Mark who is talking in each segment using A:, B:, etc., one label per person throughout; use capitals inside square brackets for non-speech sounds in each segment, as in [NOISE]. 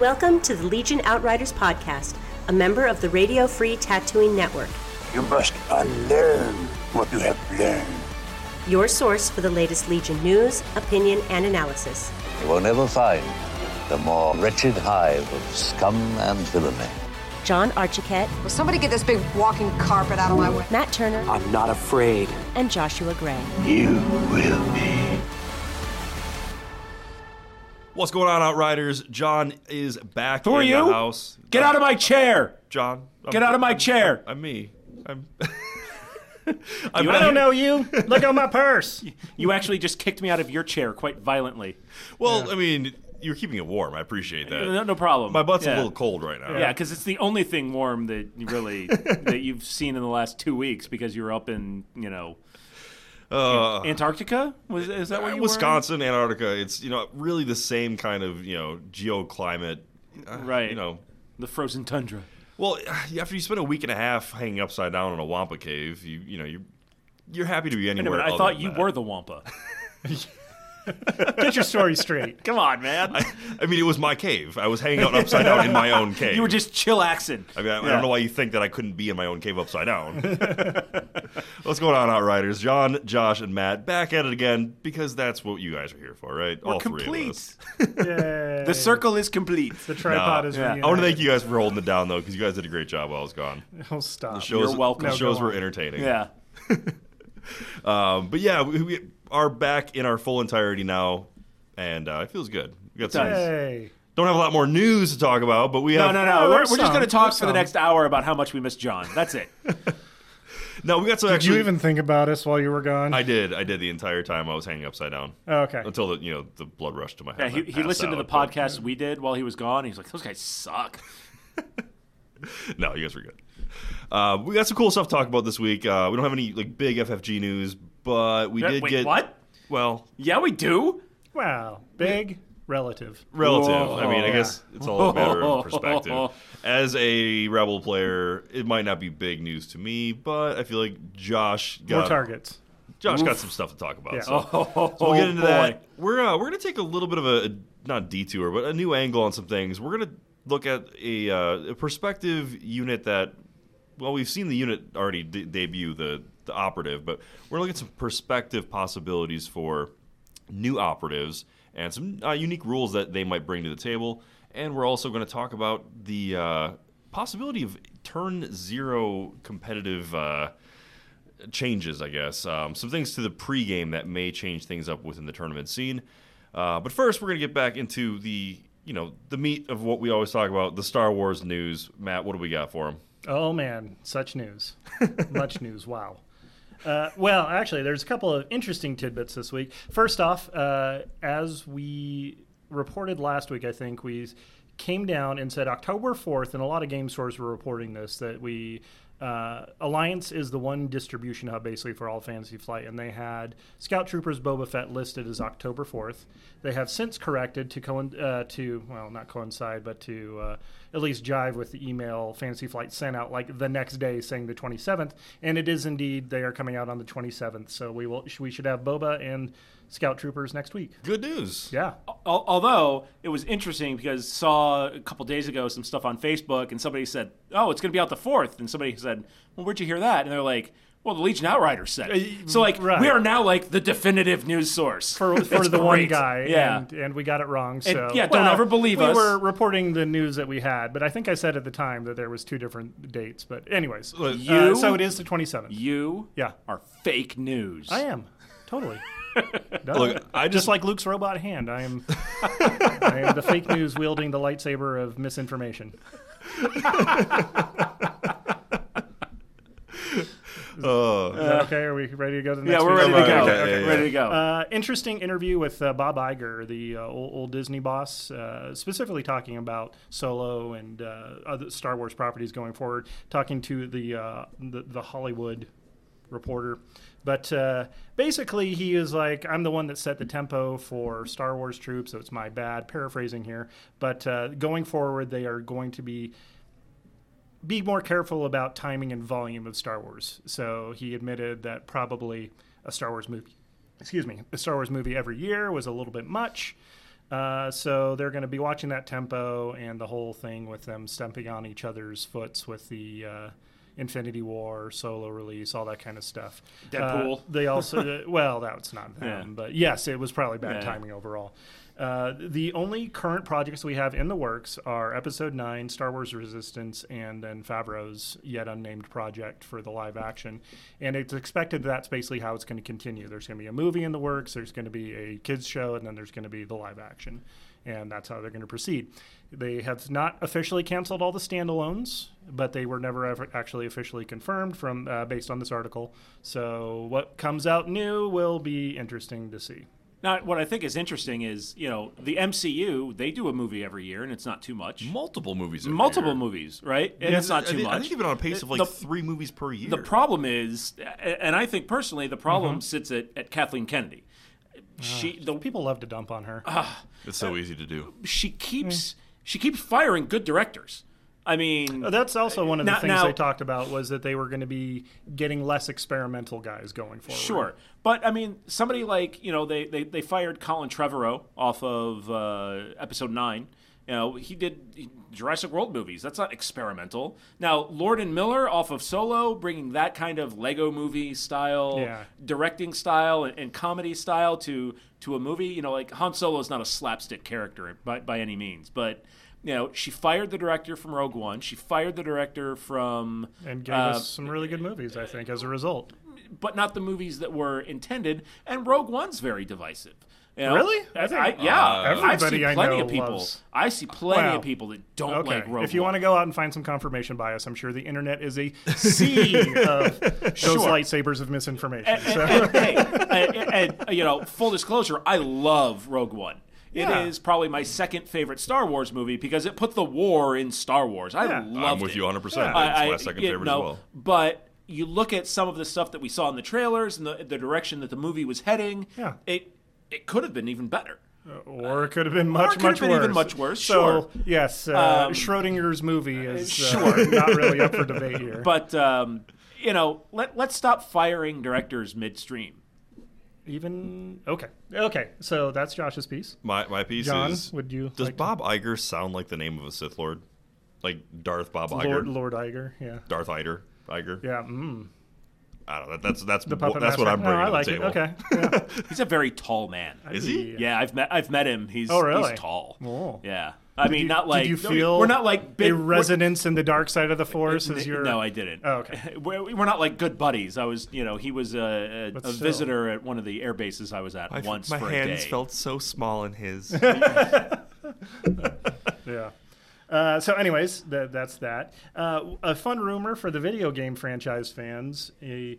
A: Welcome to the Legion Outriders podcast, a member of the Radio Free Tattooing Network,
B: You must unlearn what you have learned.
A: your source for the latest Legion news, opinion, and analysis.
C: You will never find the more wretched hive of scum and villainy.
A: John Archiquette,
D: Will somebody get this big walking carpet out of my way?
A: Matt Turner,
E: I'm not afraid.
A: and Joshua Gray.
B: You will be.
F: What's going on, Outriders? John is back
G: Who are
F: in
G: you?
F: the house. Uh,
G: Get out of my chair.
F: John. I'm-
G: Get out of my
F: I'm-
G: chair.
F: I'm, me. I'm. [LAUGHS] I'm
G: You-
F: not
G: I don't
F: here-
G: know you. Look at my purse. [LAUGHS] You actually just kicked me out of your chair quite violently.
F: Well, I mean, you're keeping it warm. I appreciate that.
G: Uh, No, no problem.
F: My butt's
G: Yeah.
F: a little cold right now. Uh,
G: Yeah, because it's the only thing warm that you [LAUGHS] really that you've seen in the last two weeks because you were up in you know
F: Uh,
G: Antarctica. Was is that where you were?
F: Wisconsin, Antarctica. It's you know really the same kind of you know geoclimate. uh,
G: Right.
F: You know.
G: The frozen tundra.
F: Well, after you spend a week and a half hanging upside down in a wampa cave, you you know you. You're happy to be
G: Wait a
F: anywhere.
G: minute, I
F: other
G: thought
F: than
G: you
F: that.
G: were
F: [LAUGHS]
G: the Wampa.
H: Get your story straight.
G: Come on, man.
F: I mean, it was my cave. I was
G: [LAUGHS]
F: hanging out upside down in my own cave.
G: you were just chillaxing.
F: I mean, I, I
G: Yeah.
F: don't know why you think that I couldn't be in my own cave upside down. [LAUGHS] What's going on, Outriders? John, Josh, and Matt back at it again because that's what you guys are here for, right?
G: We're
F: All three of
G: complete.
F: us. [LAUGHS]
H: Yay.
G: The circle is complete.
H: The tripod
F: No.
H: is
G: Yeah.
H: reunited.
F: I want to thank you guys for holding it down though, because you guys did a great job while I was
G: [LAUGHS]
F: gone.
H: Oh, stop.
F: Shows,
G: You're welcome.
F: The
G: No,
F: shows
H: go
F: were
H: on.
F: entertaining.
G: Yeah.
F: Um, but yeah, we, we are back in our full entirety now, and uh, it feels good. We got some,
G: Nice.
H: Yay.
F: don't have a lot more news to talk about, but we
G: No,
F: have
G: no,
H: Yeah,
G: no. We're,
H: there's
G: we're just
H: some.
G: going to talk
H: There's
G: for the
H: some.
G: next hour about how much we miss John. That's [LAUGHS] it.
F: no. We got some.
H: Did
F: actually,
H: you even think about us while you were gone?
F: I did. I did the entire time I was hanging upside down.
H: Oh, okay.
F: Until the you know the blood rushed to my
G: Yeah,
F: head.
G: he,
F: and I
G: he
F: passed
G: listened to the
F: out, but-
G: podcast we did while he was gone. He's like, those guys suck.
F: [LAUGHS] No, you guys were good. Uh, we got some cool stuff to talk about this week. Uh, we don't have any like big FFG news, but we
G: Yeah,
F: did
G: wait,
F: get
G: what?
F: Well,
G: Yeah, we do.
H: Wow. Big relative.
F: relative. I mean, I
G: Whoa.
F: guess it's all a matter
G: [LAUGHS]
F: of perspective.
G: Whoa.
F: As a Rebel player, it might not be big news to me, but I feel like Josh
H: More
F: got
H: targets.
F: Josh got some stuff to talk about.
H: Yeah.
F: So. So Oh, we'll get into that. We're uh, we're gonna take a little bit of a a- not detour, but a new angle on some things. We're gonna look at a, uh, a perspective unit that, well, we've seen the unit already de- debut the the operative, but we're looking at some perspective possibilities for new operatives and some uh, unique rules that they might bring to the table. And we're also going to talk about the uh, possibility of turn zero competitive. Uh, changes, I guess. Um, some things to the pregame that may change things up within the tournament scene. Uh, but first, we're going to get back into the you know the meat of what we always talk about, the Star Wars news. Matt, what do we got for him?
H: Oh man, such news, [LAUGHS] much news. Wow. Uh, well, actually, there's a couple of interesting tidbits this week. First off, uh, as we reported last week, I think we came down and said October 4th, and a lot of game stores were reporting this that we uh, Alliance is the one distribution hub basically for all Fantasy Flight, and they had Scout Troopers Boba Fett listed as October 4th. They have since corrected to coin uh, to well not coincide, but to uh, at least jive with the email Fantasy Flight sent out like the next day saying the 27th, and it is indeed they are coming out on the 27th. So we will we should have Boba and Scout Troopers next week.
F: Good news.
H: Yeah.
G: Al- Although it was interesting because saw a couple days ago some stuff on Facebook and somebody said, "Oh, it's going to be out the fourth. and somebody said, "Well, where'd you hear that?" And they're like, "Well, the Legion Outriders said." It. So like
H: Uh, right.
G: we are now like the definitive news source [LAUGHS]
H: for, for
G: It's
H: the one
G: great.
H: guy,
G: Yeah.
H: and, and we got it wrong. So
G: yeah, don't ever believe
H: we
G: us.
H: were reporting the news that we had, but I think I said at the time that there was two different dates. But anyways, uh,
G: You-
H: so it is the 27th.
G: you
H: Yeah.
G: are fake news.
H: I am
G: [LAUGHS]
H: totally. Duh.
F: Look, I
H: just
F: just
H: like Luke's robot hand,
F: [LAUGHS]
H: I am. I am the fake news wielding the lightsaber of misinformation.
F: uh,
H: Is that okay? Are we ready to go to the next?
G: Yeah, we're ready
H: week?
F: Okay,
G: to go.
F: okay, yeah, yeah.
G: Ready to go.
H: Uh, interesting interview with uh, Bob Iger, the uh, old, old Disney boss, uh, specifically talking about Solo and uh, other Star Wars properties going forward. Talking to the uh, the, the Hollywood reporter, but uh, basically he is like, "I'm the one that set the tempo for Star Wars troops, so it's my bad." Paraphrasing here, but uh, going forward, they are going to be be more careful about timing and volume of Star Wars. So he admitted that probably a Star Wars movie, excuse me, a Star Wars movie every year was a little bit much. Uh, so they're going to be watching that tempo and the whole thing with them stepping on each other's foots with the uh, Infinity War solo release, all that kind of stuff. Uh,
G: Deadpool. [LAUGHS]
H: they also, uh, well, that's not them,
G: Yeah.
H: but yes, it was probably bad
G: Yeah.
H: timing overall. Uh, the only current projects we have in the works are Episode 9, Star Wars Resistance, and then Favreau's yet unnamed project for the live action. And it's expected that's basically how it's going to continue. There's going to be a movie in the works, there's going to be a kids' show, and then there's going to be the live action. And that's how they're going to proceed. They have not officially canceled all the standalones, but they were never ever actually officially confirmed from uh, based on this article. So what comes out new will be interesting to see.
G: Now, what I think is interesting is, you know, the MCU, they do a movie every year, and it's not too much.
F: Multiple movies. every
G: Multiple
F: year.
G: movies, right? And
F: Yeah,
G: it's not
F: I
G: too
F: think-
G: much.
F: I think even on a pace of like
G: The-
F: three movies per year.
G: The problem is, a- and I think personally, the problem
H: Mm-hmm.
G: sits at, at Kathleen Kennedy. She the
H: People love to dump on her.
G: Ah.
F: it's so easy to do.
G: she
H: Mm.
G: keeps she keeps firing good directors. I mean,
H: That's also one of the
G: Now-
H: things
G: now-
H: they talked about was that they were going to be getting less experimental guys going forward.
G: Sure, but I mean, somebody like you know they they, they fired Colin Trevorrow off of uh, episode nine. You know, he did Jurassic World movies. That's not experimental. Now, Lord and Miller off of Solo, bringing that kind of Lego movie style,
H: Yeah.
G: directing style, and, and comedy style to to a movie. You know, like Han Solo is not a slapstick character by by any means, but. You know, she fired the director from Rogue One. She fired the director from
H: And gave
G: uh,
H: us some really good movies, I think, as a result.
G: but not the movies that were intended. And Rogue One's very divisive. You know?
H: Really?
G: I
H: I think-
G: yeah,
F: Uh,
G: I've
H: Everybody
G: seen
H: I
G: plenty
H: know
G: of people.
H: loves-
G: I see plenty
H: Wow.
G: of people that don't
H: Okay.
G: like Rogue.
H: if you
G: One.
H: want to go out and find some confirmation bias, I'm sure the internet is a
G: [LAUGHS]
H: sea of those lightsabers of misinformation. so.
G: and, hey, [LAUGHS] and, and, uh, you know, full disclosure, I love Rogue One. It is
H: Yeah.
G: probably my second favorite Star Wars movie because it put the war in Star Wars. I
H: Yeah.
G: loved
F: I'm with
G: it.
F: you 100. percent
G: I-
F: That's
G: I-
F: my second
G: you
F: favorite
G: know,
F: as well.
G: But you look at some of the stuff that we saw in the trailers and the, the direction that the movie was heading.
H: Yeah.
G: It it could have been even better.
H: or it could have been much,
G: could have
H: much
G: been
H: worse.
G: even much worse,
H: So,
G: sure. Um,
H: yes, uh, Schrodinger's movie is uh, [LAUGHS] not really up for debate here.
G: But um, you know, let let's stop firing directors midstream.
H: Even okay, okay. So that's Josh's piece.
F: My my piece
H: John,
F: is.
H: would you
F: Does
H: like to-
F: Bob Iger sound like the name of a Sith Lord? Like Darth Bob Iger.
H: Lord Lord Iger, yeah,
F: Darth Ider. Iger.
H: yeah. Mm.
F: I don't know. That's that's
H: The puppet
F: that's
H: master.
F: what I'm bringing
H: no, I
F: to
H: like
F: the table.
H: it. Okay. Yeah.
G: He's a very tall man.
F: Is he?
G: Yeah, I've met I've met him. He's
H: Oh, really?
G: he's tall.
H: Oh.
G: Yeah. I mean, [LAUGHS]
H: you-
G: not like
H: did you feel
G: we're not like big
H: a
G: [LAUGHS]
H: resonance in the dark side of the force
G: we're-
H: as your
G: No, I didn't.
H: Oh,
G: [LAUGHS]
H: okay.
G: We're, we're not like good buddies. I was, you know, he was a,
H: But
G: a, a
H: still.
G: visitor at one of the air bases I was at
F: I-
G: once
F: my
G: for a
F: hands
G: day.
F: felt so small in his.
H: yeah. Uh, so, anyways, that that's that. Uh, a fun rumor for the video game franchise fans: a,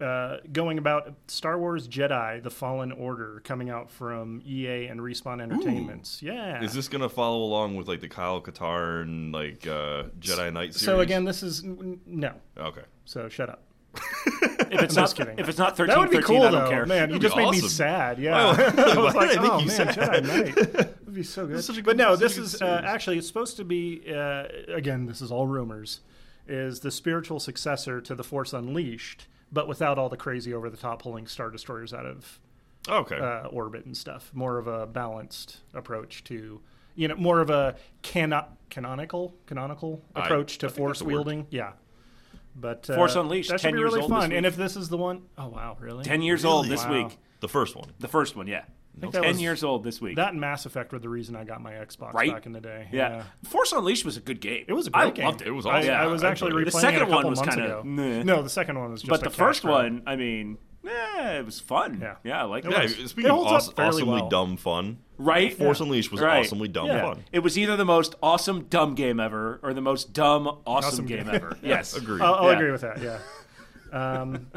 H: uh, going about Star Wars Jedi: The Fallen Order coming out from EA and Respawn Entertainments.
F: [LAUGHS]
H: Yeah.
F: is this gonna follow along with like the Kyle Katarn like uh, Jedi Knight series?
H: so again, this is n- n- no.
F: okay.
H: So shut up.
G: If it's
H: [LAUGHS] I'm
G: not,
H: just kidding.
G: If it's not 13,
H: That would be
G: 13,
H: cool,
G: I don't
H: though.
G: care.
H: Man, you
F: That'd
H: just
F: be
H: made me
F: awesome.
H: sad.
F: Why-
H: Yeah. [LAUGHS] I was
F: why
H: like,
F: did [LAUGHS] I think
H: oh,
F: you
H: man,
F: said
H: Jedi
F: [LAUGHS]
H: Knight. That'd be so good.
F: such a
H: but
F: good-
H: no,
F: such a
H: this
F: good
H: is uh,
F: series.
H: actually it's supposed to be uh, again. This is all rumors. Is the spiritual successor to the Force Unleashed, but without all the crazy over the top pulling star destroyers out of
F: Okay.
H: uh, orbit and stuff. More of a balanced approach to, you know, more of a cano- canonical canonical
F: I- I
H: approach to
F: think
H: force
F: that's the word.
H: wielding. Yeah. But uh,
G: Force Unleashed,
H: that should
G: 10
H: be
G: years
H: really
G: old this
H: fun. And
G: week.
H: if this is the one, oh wow, really?
G: 10 years old this
H: Wow.
G: week.
F: the first one.
G: The first one, yeah.
H: think that
G: 10
H: was-
G: years old this week.
H: That and Mass Effect were the reason I got my Xbox
G: Right?
H: back in the day.
G: yeah. Force Unleashed was a good game.
H: It was a great
G: I
H: game.
G: loved it.
F: It was
H: I-
F: awesome.
H: I,
F: Yeah,
H: was
F: I
H: actually
F: enjoyed it.
H: replaying
F: The
G: second
H: it a couple
G: one was
H: months
G: kinda,
H: ago.
G: meh.
H: No, the second one was just.
G: But
H: a
G: the first
H: cash grab.
G: one, I mean, yeah, it was fun.
H: Yeah.
G: Yeah, I like
H: It
G: that.
F: Yeah,
H: was.
F: speaking
H: It
F: of
H: holds up
F: awes-
H: fairly
F: awesomely
H: well.
F: dumb fun,
G: Right?
F: Force Unleashed was
G: Right.
F: awesomely dumb
H: Yeah.
F: fun.
G: It was either the most awesome dumb game ever or the most dumb awesome,
H: Awesome
G: game,
H: game. [LAUGHS]
G: ever. Yes.
F: Agreed.
H: I'll, I'll
G: Yeah.
H: agree with that. Yeah. Um,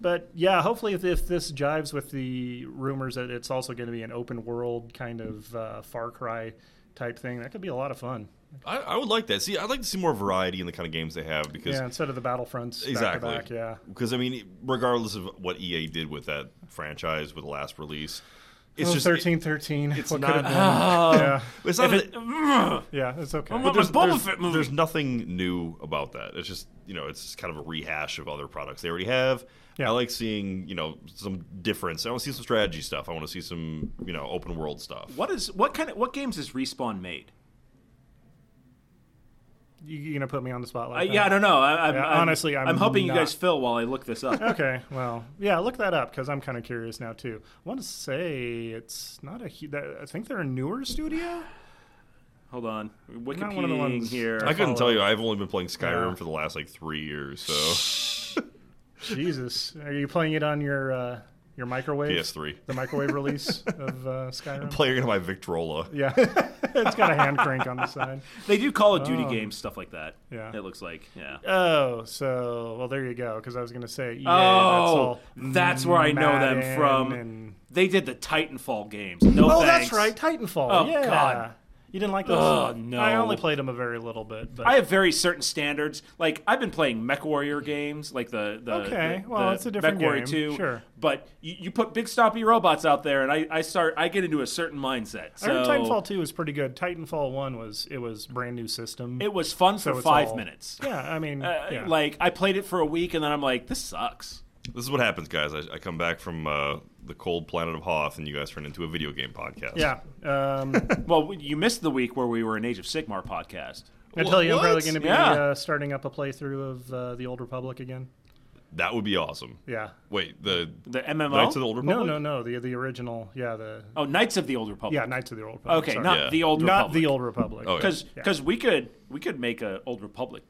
H: but yeah, hopefully, if, if this jives with the rumors that it's also going to be an open world kind of uh, Far Cry type thing, that could be a lot of fun.
F: I, I would like that. See, I'd like to see more variety in the kind of games they have because
H: Yeah, instead of the Battlefronts
F: exactly.
H: back to back. Yeah.
F: E Because I mean, regardless of what EA did with that franchise with the last release, it's
H: oh,
F: just it-
H: 1313.
F: it's
H: what
F: not-
H: could have been?
F: [LAUGHS]
H: yeah.
F: it's not.
G: If it-
F: that-
H: yeah, it's okay.
G: But
F: there's,
G: a Boba
F: there's-
G: Fett movie.
F: there's nothing new about that. It's just you know, it's just kind of a rehash of other products they already have.
H: Yeah.
F: I like seeing you know some difference. I want to see some strategy stuff. I want to see some you know open world stuff.
G: what is what kind of what games is Respawn made?
H: You, you're going to put me on the spot
G: I,
H: like that?
G: yeah, I don't know. I, I'm,
H: Yeah,
G: I'm-
H: honestly, I'm
G: hoping you guys
H: not.
G: fill while I look this up.
H: [LAUGHS] Okay, well, yeah, look that up because I'm kind of curious now too. I want to say it's not a. hu- that- I think they're a newer studio.
G: Hold on,
H: Not one of the
G: Wikipedia
H: ones-
G: here.
F: I couldn't tell
H: follow
F: you. I've only been playing Skyrim
H: Yeah.
F: for the last like three years. So
H: Jesus, are you playing it on your uh, your microwave?
F: PS3.
H: the microwave release of uh,
F: [LAUGHS]
H: Skyrim.
F: playing my Victrola.
H: yeah, [LAUGHS] it's got a hand crank on the side.
G: They do Call of Duty games, stuff like that.
H: Oh. Yeah.
G: it looks like. Yeah.
H: Oh, so well, there you go. Because I was going to say,
G: oh,
H: yeah, that's all.
G: that's, where I know them
H: Madden
G: from.
H: and-
G: They did the Titanfall games. No
H: Oh,
G: thanks.
H: that's right, Titanfall.
G: Oh,
H: yeah.
G: God.
H: You didn't like those?
G: Ugh, Oh, no.
H: I only played them a very little bit. But
G: I have very certain standards. Like I've been playing MechWarrior games, like the the
H: Okay,
G: the-
H: well,
G: the
H: it's a different
G: MechWarrior
H: game,
G: 2.
H: sure.
G: But you, you put big stompy robots out there, and I, I start I get into a certain mindset.
H: I heard
G: So
H: Titanfall two was pretty good. Titanfall one was it was brand new system.
G: It was fun
H: So
G: for
H: it's
G: five
H: all-
G: minutes.
H: Yeah, I mean,
G: Uh,
H: yeah.
G: Like I played it for a week, and then I'm like, this sucks.
F: This is what happens, guys. I, I come back from uh, the cold planet of Hoth, and you guys turn into a video game podcast.
H: yeah. Um,
G: Well, you missed the week where we were an Age of Sigmar podcast.
H: I tell you, I'm probably
F: What?
H: going to be
G: Yeah.
H: uh, starting up a playthrough of uh, the Old Republic again.
F: that would be awesome.
H: Yeah.
F: Wait, the
G: The MMO.
F: Knights of the Old Republic.
H: No, no, no. The the original. Yeah, the
G: oh, Knights of the Old Republic.
H: yeah Knights of the Old Republic.
G: Okay,
H: sorry.
G: not
F: Yeah.
G: the Old
H: Not
G: Republic.
H: the Old Republic.
F: Oh, yeah.
G: because
H: Yeah.
G: because we could we could make a Old Republic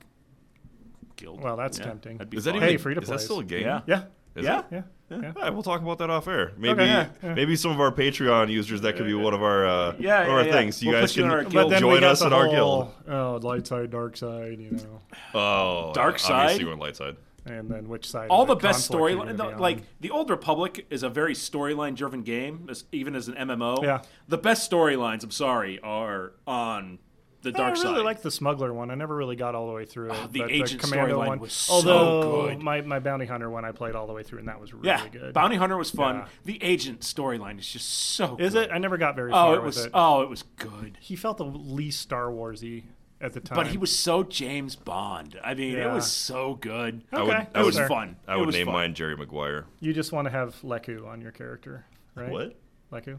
G: guild.
H: Well, that's
G: Yeah,
H: tempting.
G: that'd be
F: Is that
G: fun.
F: even
H: Hey,
F: a-
H: free to
F: Is that
H: play.
F: still a game?
G: Yeah.
H: Yeah.
F: Is
G: Yeah.
F: it?
H: Yeah. Yeah.
F: All right, we'll talk about that off air. Maybe
H: Okay. Yeah, yeah.
F: maybe some of our Patreon users that could be one of our uh,
G: Yeah,
F: one of
G: yeah,
F: our
G: yeah.
F: things. You
G: We'll
F: guys
G: put you in
F: can
G: our guild. Then
F: join
H: got
F: us
H: the
F: in our
H: whole,
F: guild.
H: Oh, light side, dark side, you know,
F: Oh,
G: Dark
F: Obviously,
G: side?
F: we're on light side.
H: and then which side?
G: all
H: of
G: the best
H: conflict are you
G: storyline.
H: gonna be on?
G: Like the Old Republic is a very storyline-driven game, as, even as an MMO.
H: Yeah.
G: The best storylines, I'm sorry, are on the dark
H: I really
G: side.
H: liked the smuggler one. I never really got all the way through it.
G: the
H: but
G: agent
H: the commando
G: storyline
H: one,
G: was so
H: although
G: good.
H: my my bounty hunter one, I played all the way through, and that was really
G: yeah,
H: good.
G: Bounty Hunter was fun.
H: Yeah.
G: The agent storyline is just so.
H: is
G: good.
H: it? I never got very
G: Oh,
H: far
G: it
H: with
G: was.
H: it.
G: Oh, it was good.
H: He felt the least Star Warsy at the time,
G: But he was so James Bond. I mean,
H: Yeah. Oh,
G: it was so good.
F: I
H: Okay,
F: would, I
H: that's
G: It
F: would,
G: was
H: fair.
G: fun.
F: I
G: It
F: would
G: was
F: name
G: fun.
F: mine Jerry Maguire.
H: You just want to have Leku on your character, right?
F: What?
H: Leku?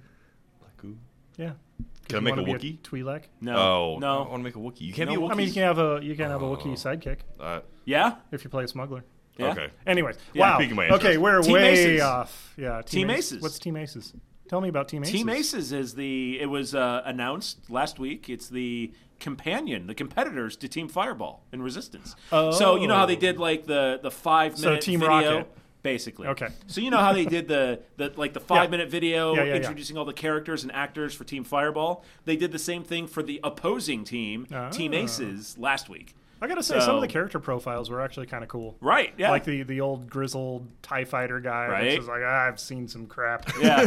F: Leku?
H: Yeah. 'Cause
F: Can I
H: you
F: make a
H: wanna be
F: Wookiee?
H: Twi'lek?
G: No,
F: Oh, I
G: no.
F: want to make a Wookiee. You can't
G: No,
F: be a Wookiee.
H: I mean, you can have a you can have a Wookiee sidekick
F: uh,
G: Yeah.
H: if you play a smuggler.
G: Yeah.
F: Okay.
H: Anyways,
G: Yeah.
H: wow.
F: Piquing my
H: okay,
F: interest.
H: we're
G: Team
H: way
G: Aces.
H: off. Yeah,
G: Team
H: Ace-
G: Aces.
H: What's Team Aces? Tell me about Team Aces.
G: Team Aces is the it was uh, announced last week. It's the companion, the competitors to Team Fireball and Resistance. So you know how they did like the the five minute
H: So Team
G: video.
H: Rocket.
G: Basically,
H: Okay.
G: So you know how they did the, the like the five minute video
H: Yeah, yeah, yeah.
G: introducing all the characters and actors for Team Fireball. They did the same thing for the opposing team, Team
H: Ah.
G: Aces, last
H: [LAUGHS]
G: week.
H: I gotta say, some
G: So-
H: of the character profiles were actually kind of cool.
G: Right? Yeah.
H: Like the, the old grizzled Tie Fighter guy,
G: Right.
H: which is like, "Ah, I've seen some crap,
G: [LAUGHS] yeah,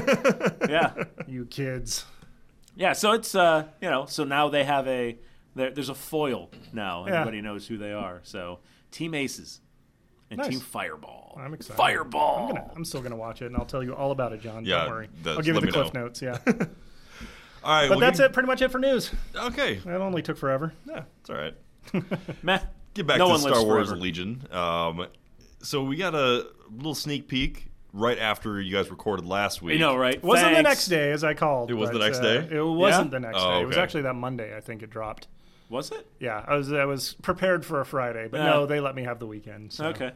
G: yeah.
H: you kids.
G: Yeah, so it's uh, you know, so now they have a there, there's a foil now.
H: Yeah.
G: Everybody knows who they are. So Team Aces and
H: Nice.
G: Team Fireball.
H: I'm excited.
G: Fireball.
H: I'm gonna, I'm still gonna watch it, and I'll tell you all about it, John.
F: Yeah,
H: Don't worry.
F: that's-
H: I'll give
F: let
H: you the
F: me know. [LAUGHS]
H: cliff notes. Yeah, but
F: all right, well,
H: that's
F: you-
H: it. Pretty much it for news.
F: Okay,
H: That only took forever.
F: yeah, it's all right.
G: Meh.
F: Get back
G: no
F: to
G: one lives
F: Star Wars
G: forever.
F: Legion. Um, so we got a little sneak peek right after you guys recorded last week.
G: You know, right?
H: It wasn't the
G: Thanks.
H: next day as I called.
F: It was the
H: but,
F: next
H: uh,
F: day?
H: It wasn't
G: Yeah?
H: the next
F: Oh,
H: day. It was
F: okay.
H: actually that Monday. I think it dropped.
G: Was it?
H: Yeah, I was I was prepared for a Friday, but
G: Yeah.
H: no, they let me have the weekend. So.
G: Okay.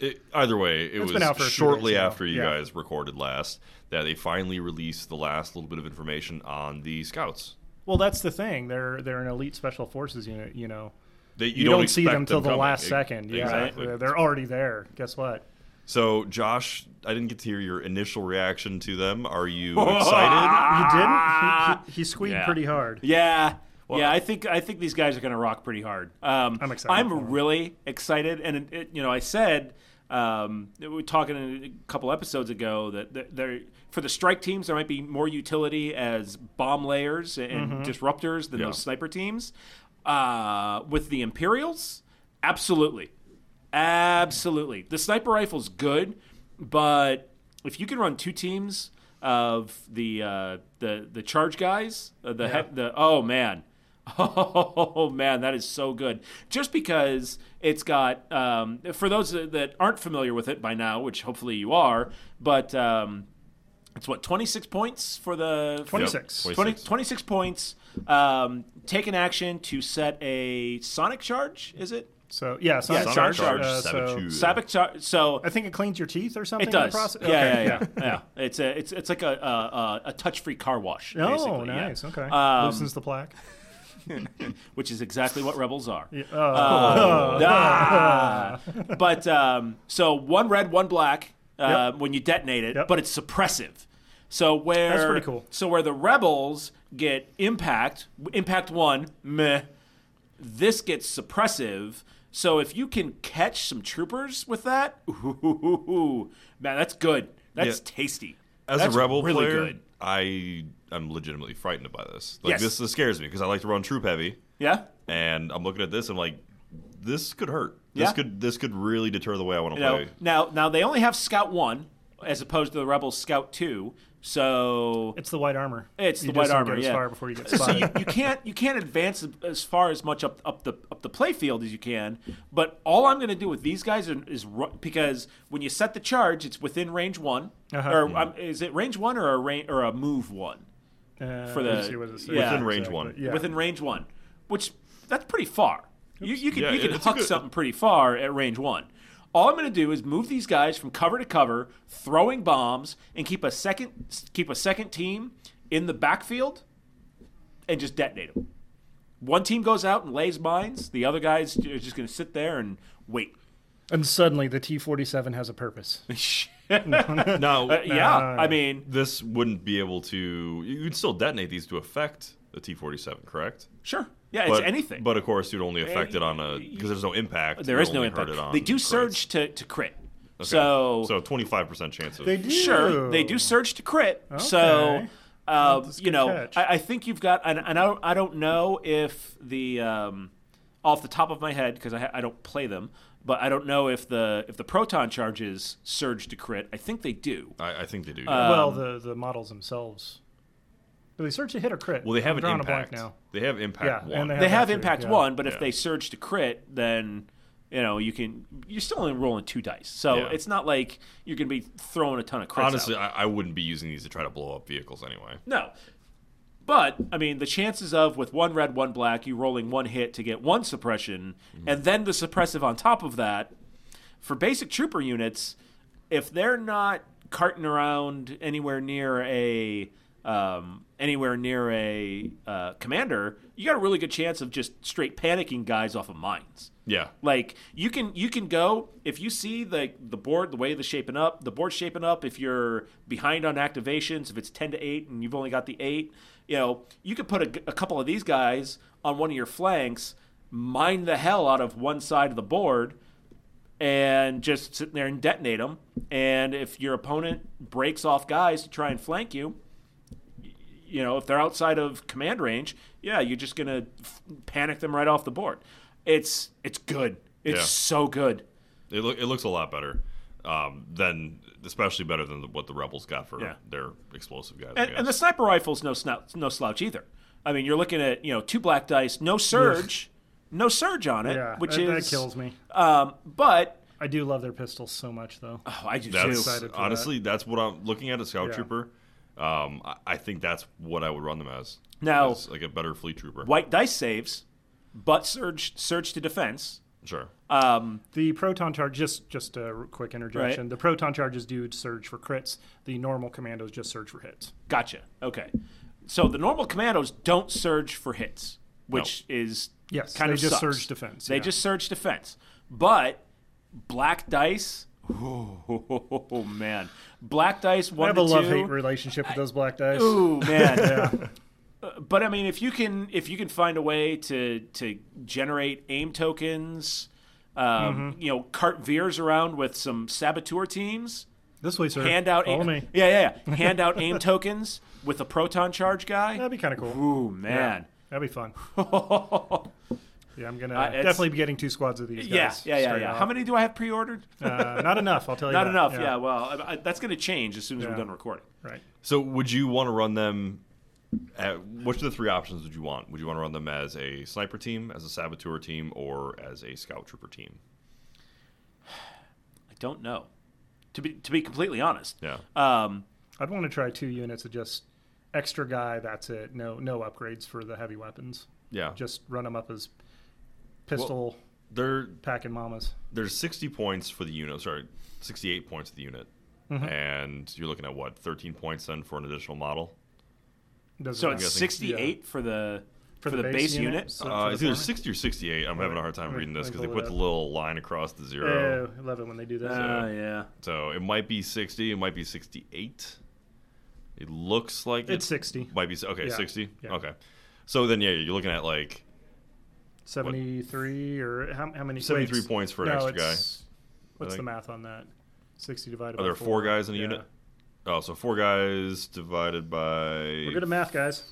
F: It, either way, it
H: It's
F: was
H: been out for a few
F: shortly
H: days now.
F: after you
H: Yeah.
F: guys recorded last that they finally released the last little bit of information on the scouts.
H: Well, that's the thing. They're they're an elite special forces unit. You know,
F: They,
H: you, don't, see
F: expect
H: them till the
F: coming.
H: last
F: E-
H: second. Yeah,
F: exactly.
H: They're- they're already there. Guess what?
F: So, Josh, I didn't get to hear your initial reaction to them. Are
G: [LAUGHS]
F: you excited?
H: You didn't. He, he, he squeaked
G: Yeah.
H: pretty hard.
G: Yeah. yeah, I think I think these guys are going to rock pretty hard. Um,
H: I'm excited for 'em.
G: I'm really excited, and it, it- you know, I said um, we were talking a couple episodes ago that th- there for the strike teams there might be more utility as bomb layers and
H: Mm-hmm.
G: disruptors than
F: Yeah.
G: those sniper teams. Uh, with the Imperials, absolutely. Absolutely. The sniper rifle's good, but if you can run two teams of the uh, the the charge guys. Uh, the he- the oh man. [LAUGHS] Oh man, that is so good. Just because it's got, um, for those that that aren't familiar with it by now, which hopefully you are, but um, it's what twenty six points for the
H: 26.
G: 20, 26 points. Um, take an action to set a sonic charge. Is it
H: So yeah, so
G: Yeah, Sonic Charge,
H: uh, so
F: Saboteur.
G: Sabic char- So
H: I think it cleans your teeth or something.
G: it
H: in the
G: does.
H: process?
G: Yeah,
H: Okay,
G: yeah, yeah,
H: [LAUGHS]
G: yeah. It's a, it's, it's like a, a, a- a touch free car wash.
H: [LAUGHS] Oh,
G: basically, yeah.
H: nice. Okay,
G: Um,
H: loosens the plaque.
G: which is exactly what rebels are.
H: Yeah, oh. [LAUGHS]
G: Ah. but um, so one red, one black uh,
H: Yep.
G: when you detonate it,
H: Yep.
G: but it's suppressive. So where
H: That's pretty cool.
G: So where the rebels get impact, impact one, meh. This gets suppressive. So if you can catch some troopers with that, ooh, man, that's good. That's
F: Yeah.
G: tasty.
F: As
G: That's
F: a rebel
G: really
F: player,
G: good.
F: I I'm legitimately frightened by this. Like
G: Yes.
F: this, this scares me because I like to run troop heavy,
G: yeah.
F: and I'm looking at this. I'm like, this could hurt.
G: Yeah.
F: This could this could really deter the way I want to
G: You know,
F: play.
G: now, now they only have Scout One as opposed to the Rebels Scout Two. So
H: It's the white armor.
G: It's
H: You
G: the
H: just
G: white
H: don't
G: armor,
H: Get as
G: yeah.
H: far before you
G: [LAUGHS]
H: get
G: so
H: spotted.
G: you, you can't you can't advance as far as much up up the up the play field as you can. But all I'm going to do with these guys are, is ru- because when you set the charge, it's within range one.
H: Uh-huh.
G: Or um, is it range one or a ra- or a move one?
H: Uh,
G: for the-
H: let's see what it says.
G: Within Yeah,
F: range one.
H: Yeah.
G: Within range one, which that's pretty far. You, you can
F: Yeah,
G: you
F: it-
G: can
F: it's a
G: huck
F: good-
G: something pretty far at range one. All I'm going to do is move these guys from cover to cover, throwing bombs, and keep a second keep a second team in the backfield, and just detonate them. One team goes out and lays mines. The other guys are just going to sit there and wait.
H: and suddenly the T forty seven has
G: [LAUGHS]
H: a purpose.
F: Now,
G: Uh, yeah, I mean,
F: this wouldn't be able to. You could still detonate these to affect a T47, correct?
G: sure, yeah,
F: But,
G: it's anything. Eh,
F: But of course, you'd only affect it on a because there's no impact.
G: there
F: you'd
G: is no
F: only
G: impact.
F: hurt it on
G: They do
F: crits.
G: surge to, to crit.
F: Okay.
G: So
F: so 25% chance of.
H: [LAUGHS] They do.
G: Sure, they do surge to crit. So,
H: Okay.
G: uh,
H: That's a
G: you
H: good
G: know,
H: catch.
G: I, I think you've got, and, and I, don't, I don't know if the um, off the top of my head because I, ha- I don't play them, but I don't know if the if the proton charges surge to crit. I think they do.
F: I, I think they do.
G: Uh,
H: well,
G: um,
H: the the models themselves. Do they search a hit or crit?
F: well, they have
H: I'm
F: an
H: drawing
F: impact.
H: a blank
F: They have impact
H: Yeah,
F: one.
H: and they
G: They have
H: too,
G: impact
H: yeah.
G: one, but if
F: Yeah.
G: they surge to crit, then you know you can. You're still only rolling two dice, so
F: Yeah.
G: it's not like you're going to be throwing a ton of crits. out.
F: Honestly, I, I wouldn't be using these to try to blow up vehicles anyway.
G: No. But I mean, the chances of with one red, one black, you rolling one hit to get one suppression, and then the suppressive on top of that. For basic trooper units, if they're not carting around anywhere near a um, anywhere near a uh, commander, you got a really good chance of just straight panicking guys off of mines.
F: Yeah.
G: Like you can you can go if you see the the board the way the shaping up the board's shaping up if you're behind on activations if it's ten to eight and you've only got the eight you know you could put a, a couple of these guys on one of your flanks mine the hell out of one side of the board and just sit there and detonate them and if your opponent breaks off guys to try and flank you y- you know if they're outside of command range yeah you're just gonna f- panic them right off the board it's it's good it's
F: Yeah.
G: so good
F: It, look, it looks a lot better. Um, than especially better than the, what the rebels got for
G: Yeah.
F: their explosive guys. I
G: and,
F: guess.
G: and the sniper rifle's no snout, no slouch either. I mean, you're looking at you know two black dice, no surge, no surge on it,
H: Yeah,
G: which
H: that,
G: is
H: that kills me.
G: Um, but
H: I do love their pistols so much, though.
G: oh, I do
F: That's
G: too.
H: Excited for
F: honestly, that's what I'm looking at a scout
H: Yeah.
F: trooper. Um, I, I think that's what I would run them as.
G: Now-
H: Oh.
F: As, like a better fleet trooper.
G: White dice saves, but surge surge to defense.
F: Sure.
G: Um,
H: The proton charge, just just a r- quick interjection.
G: Right.
H: The proton charges do surge for crits. The normal commandos just surge for hits.
G: gotcha. Okay, so the normal commandos don't surge for hits, which is
H: Yes,
G: kind
H: they
G: of
H: just
G: sucks.
H: surge defense,
G: They
H: yeah.
G: just surge defense, but black dice. Oh man, black dice
H: I
G: one
H: have
G: to
H: a
G: two.
H: love hate relationship with those black dice.
G: Ooh
H: [LAUGHS]
G: man. Uh, But I mean, if you can if you can find a way to to generate aim tokens, um,
H: Mm-hmm.
G: you know, cart veers around with some saboteur teams,
H: This way, sir.
G: hand out
H: Follow
G: aim,
H: me.
G: yeah yeah
H: [LAUGHS]
G: yeah, hand out aim tokens with a proton charge guy. [LAUGHS]
H: That'd be kind of cool.
G: Ooh man,
H: That'd be fun. Yeah, I'm gonna
G: Uh, it's-
H: definitely be getting two squads of these
G: Yeah,
H: guys.
G: yeah, yeah,
H: straight
G: yeah.
H: up.
G: How many do I have pre-ordered?
H: [LAUGHS] Uh, not enough. I'll tell you.
G: Not
H: that.
G: enough. Yeah. well, I, I, that's going to change as soon as we're
H: Yeah.
G: done recording.
H: Right.
F: So would you want to run them? At, which of the three options would you want? Would you want to run them as a sniper team, as a saboteur team, or as a scout trooper team?
G: I don't know. To be to be completely honest.
F: Yeah.
G: Um,
H: I'd want to try two units of just extra guy. That's it. No, no upgrades for the heavy weapons.
F: Yeah.
H: Just run them up as pistol
F: They're
H: packing mamas.
F: there's 60 points for the unit. Sorry, 68 points for the unit,
H: Mm-hmm.
F: and you're looking at what 13 points then for an additional model.
H: Doesn't
G: so
H: matter.
G: it's
F: guessing-
G: sixty-eight for the for, the, base, unit.
H: so
F: Uh,
H: for
F: it's
H: the
F: either
H: farming.
F: 60 or 68. I'm having a hard time
H: Let me-
F: reading this
H: let me
F: because they
H: pull it
F: put the
H: up.
F: little line across the zero.
H: Oh, I love it when they do that.
G: Uh, yeah.
F: So it might be 60. It might be 68. It looks like
H: it's
F: it
H: sixty.
F: Might be okay.
H: Yeah.
F: 60.
H: Yeah.
F: Okay. So then yeah, you're looking at like
H: 73 or how, how many?
F: 73
H: wait,
F: points for an
H: no,
F: extra guy.
H: it's- What's the
F: think.
H: math on that? 60 divided
F: are
H: by
F: there
H: four.
F: four guys in a
H: Yeah.
F: unit? Oh, so four guys divided by
H: We're good at math, guys.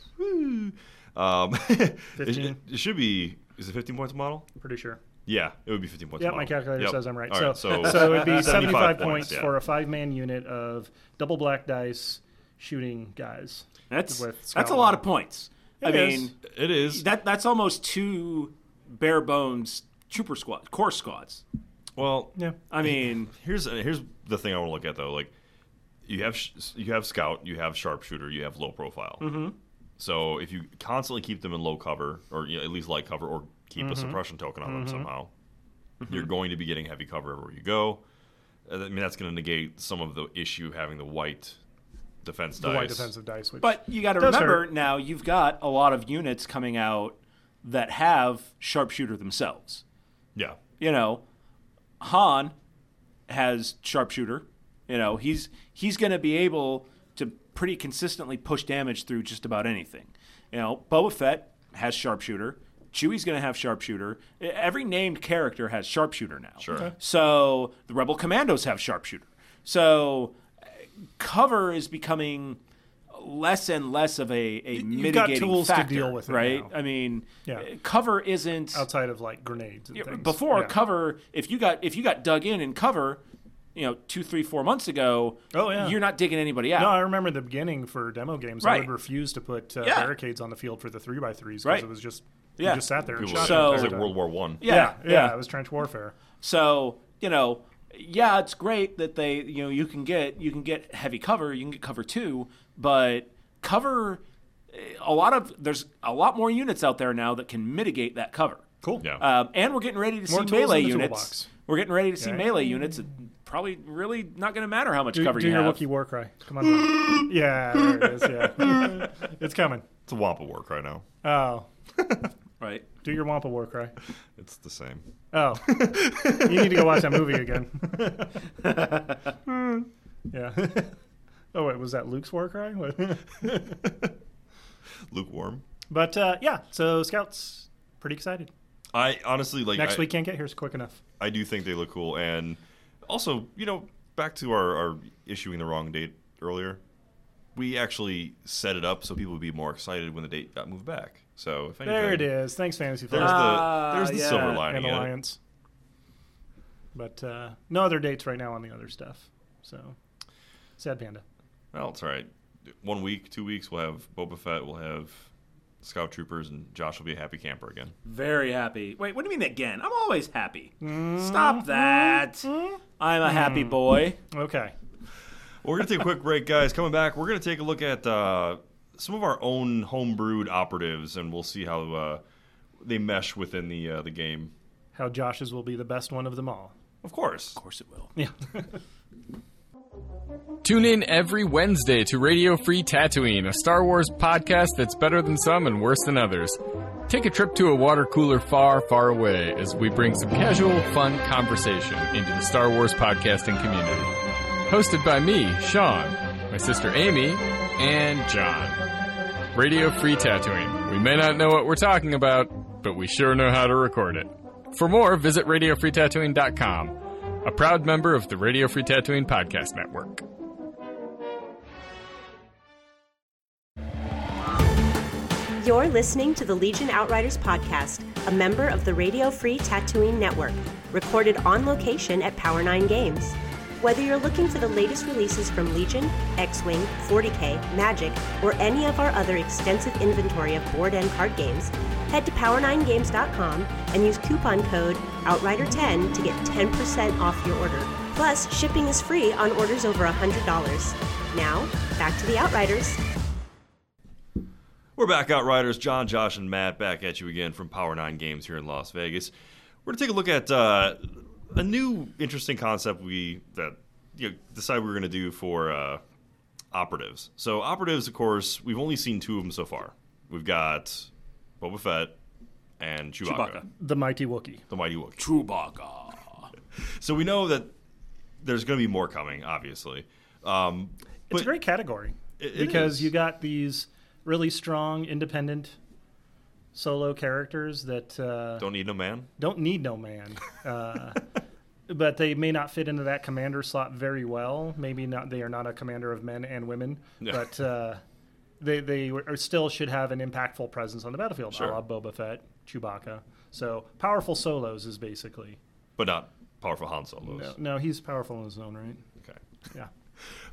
F: Um, [LAUGHS] it-
H: 15.
F: It, it should be. Is it 15 points a model?
H: Pretty sure.
F: Yeah, it would be 15 points. a
H: Yeah, my
F: model.
H: calculator
F: Yep.
H: says I'm right.
F: All
H: so, so,
F: [LAUGHS]
H: it'd be 75, points
F: yeah.
H: for a five man unit of double black dice shooting guys.
G: That's
H: With
G: that's a
H: Scotland.
G: lot of points. I
H: It is.
G: mean,
F: It is.
G: that that's almost two bare bones trooper squad, core squads.
F: well,
H: Yeah.
G: I mean,
F: here's uh, here's the thing I want to look at though. Like, you have sh- you have scout, you have sharpshooter, you have low profile. Mm-hmm. So if you constantly keep them in low cover, or you know, at least light cover, or keep
H: Mm-hmm.
F: a suppression token on them somehow, you're going to be getting heavy cover everywhere you go. Uh, I mean, that's going to negate some of the issue having the white defense
H: The
F: dice.
H: white defensive dice. Which,
G: but you got to
H: Does
G: remember
H: hurt.
G: now you've got a lot of units coming out that have sharpshooter themselves.
F: Yeah.
G: you know, Han has sharpshooter. You know, he's he's going to be able to pretty consistently push damage through just about anything. You know, Boba Fett has sharpshooter. Chewie's going to have sharpshooter. E- Every named character has sharpshooter now.
F: Sure. Okay.
G: So the Rebel Commandos have sharpshooter. So uh, cover is becoming less and less of a, a mitigating
H: you've got tools to
G: factor,
H: deal with it
G: right?
H: now.
G: I mean,
H: Yeah.
G: cover isn't
H: outside of like grenades and
G: yeah,
H: things.
G: before
H: Yeah.
G: cover if you got if you got dug in in cover you know two three four months ago
H: Oh, yeah.
G: you're not digging anybody out
H: No, I remember the beginning for demo games. I
G: Right.
H: would refuse to put uh,
G: Yeah.
H: barricades on the field for the three by threes because
G: Right.
H: it was just
G: Yeah.
H: you just sat there and
F: People
H: shot.
G: So-
F: it was
H: every
F: like
H: time.
F: World War One.
H: yeah,
G: yeah,
H: yeah,
G: yeah.
H: it was trench warfare.
G: so you know yeah it's great that they you know you can get you can get heavy cover you can get cover two but cover eh, a lot of there's a lot more units out there now that can mitigate that cover
H: Cool.
F: Yeah.
G: um, and we're getting ready to
H: More
G: see
H: tools
G: melee
H: in the
G: units
H: toolbox.
G: we're getting ready to see
H: Yeah.
G: melee units It probably really not going to matter how much
H: Do,
G: cover
H: do
G: you
H: your
G: have
H: Wookiee war cry.
F: [LAUGHS]
H: Come on. Down. yeah, there it is. Yeah, [LAUGHS] it's coming.
F: It's a Wampa work right now.
H: Oh,
G: right
H: do your Wampa war cry.
F: It's the same.
H: Oh, [LAUGHS] you need to
F: [LAUGHS]
H: go watch that movie again. yeah. Oh wait, was that Luke's war cry? What- [LAUGHS]
F: Lukewarm.
H: but uh, yeah, so scouts, pretty excited.
F: I honestly like
H: Next
F: I,
H: week can't get here so quick enough.
F: I do think they look cool, and also, you know, back to our, our issuing the wrong date earlier. We actually set it up so people would be more excited when the date got moved back. So if anything,
H: There it is. Thanks, Fantasy
F: There's
H: Flight
G: Ah,
F: the there's the
G: yeah.
F: silver
H: and
F: lining. in it.
H: Alliance. But uh, no other dates right now on the other stuff. So sad panda.
F: Well, it's all right. One week, two weeks, we'll have Boba Fett, we'll have Scout Troopers, and Josh will be a happy camper again.
G: Very happy. Wait, what do you mean again? I'm always happy. Stop that. I'm a happy boy.
H: Okay.
F: We're going to take a quick break, guys. Coming back, we're going to take a look at uh, some of our own homebrewed operatives, and we'll see how uh, they mesh within the uh, the game.
H: How Josh's will be the best one of them all.
F: Of course.
G: Of course it will.
E: Tune in every Wednesday to Radio Free Tatooine, a Star Wars podcast that's better than some and worse than others. Take a trip to a water cooler far, far away as we bring some casual, fun conversation into the Star Wars podcasting community. Hosted by me, Sean, my sister Amy, and John. Radio Free Tatooine. We may not know what we're talking about, but we sure know how to record it. For more, visit RadioFreeTatooine.com, a proud member of the Radio Free Tatooine Podcast Network.
A: You're listening to the Legion Outriders podcast, a member of the Radio Free Tatooine Network, recorded on location at Power 9 Games. Whether you're looking for the latest releases from Legion, X Wing, 40K, Magic, or any of our other extensive inventory of board and card games, head to power9games.com and use coupon code OUTRIDER10 to get 10% off your order. Plus, shipping is free on orders over $100. Now, back to the Outriders.
F: We're back, Outriders. John, Josh, and Matt back at you again from Power 9 Games here in Las Vegas. We're going to take a look at uh, a new interesting concept we that you know, decided we were going to do for uh, operatives. So, operatives, of course, we've only seen two of them so far. We've got Boba Fett and Chewbacca,
G: Chewbacca.
H: The mighty Wookiee.
F: the Mighty Wookiee.
G: Chewbacca.
F: So, we know that there's going to be more coming, obviously. Um,
H: It's
F: but
H: a great category
F: it
H: because
F: is.
H: you got these really strong, independent solo characters that uh,
F: don't need no man.
H: don't need no man. Uh, but they may not fit into that commander slot very well. Maybe not. They are not a commander of men and women,
F: Yeah.
H: but uh, they they are still should have an impactful presence on the battlefield.
F: Sure.
H: A la Boba Fett, Chewbacca. So powerful solos is basically.
F: but not powerful Han Solos.
H: No, no, he's powerful in his own right.
F: Okay.
H: Yeah.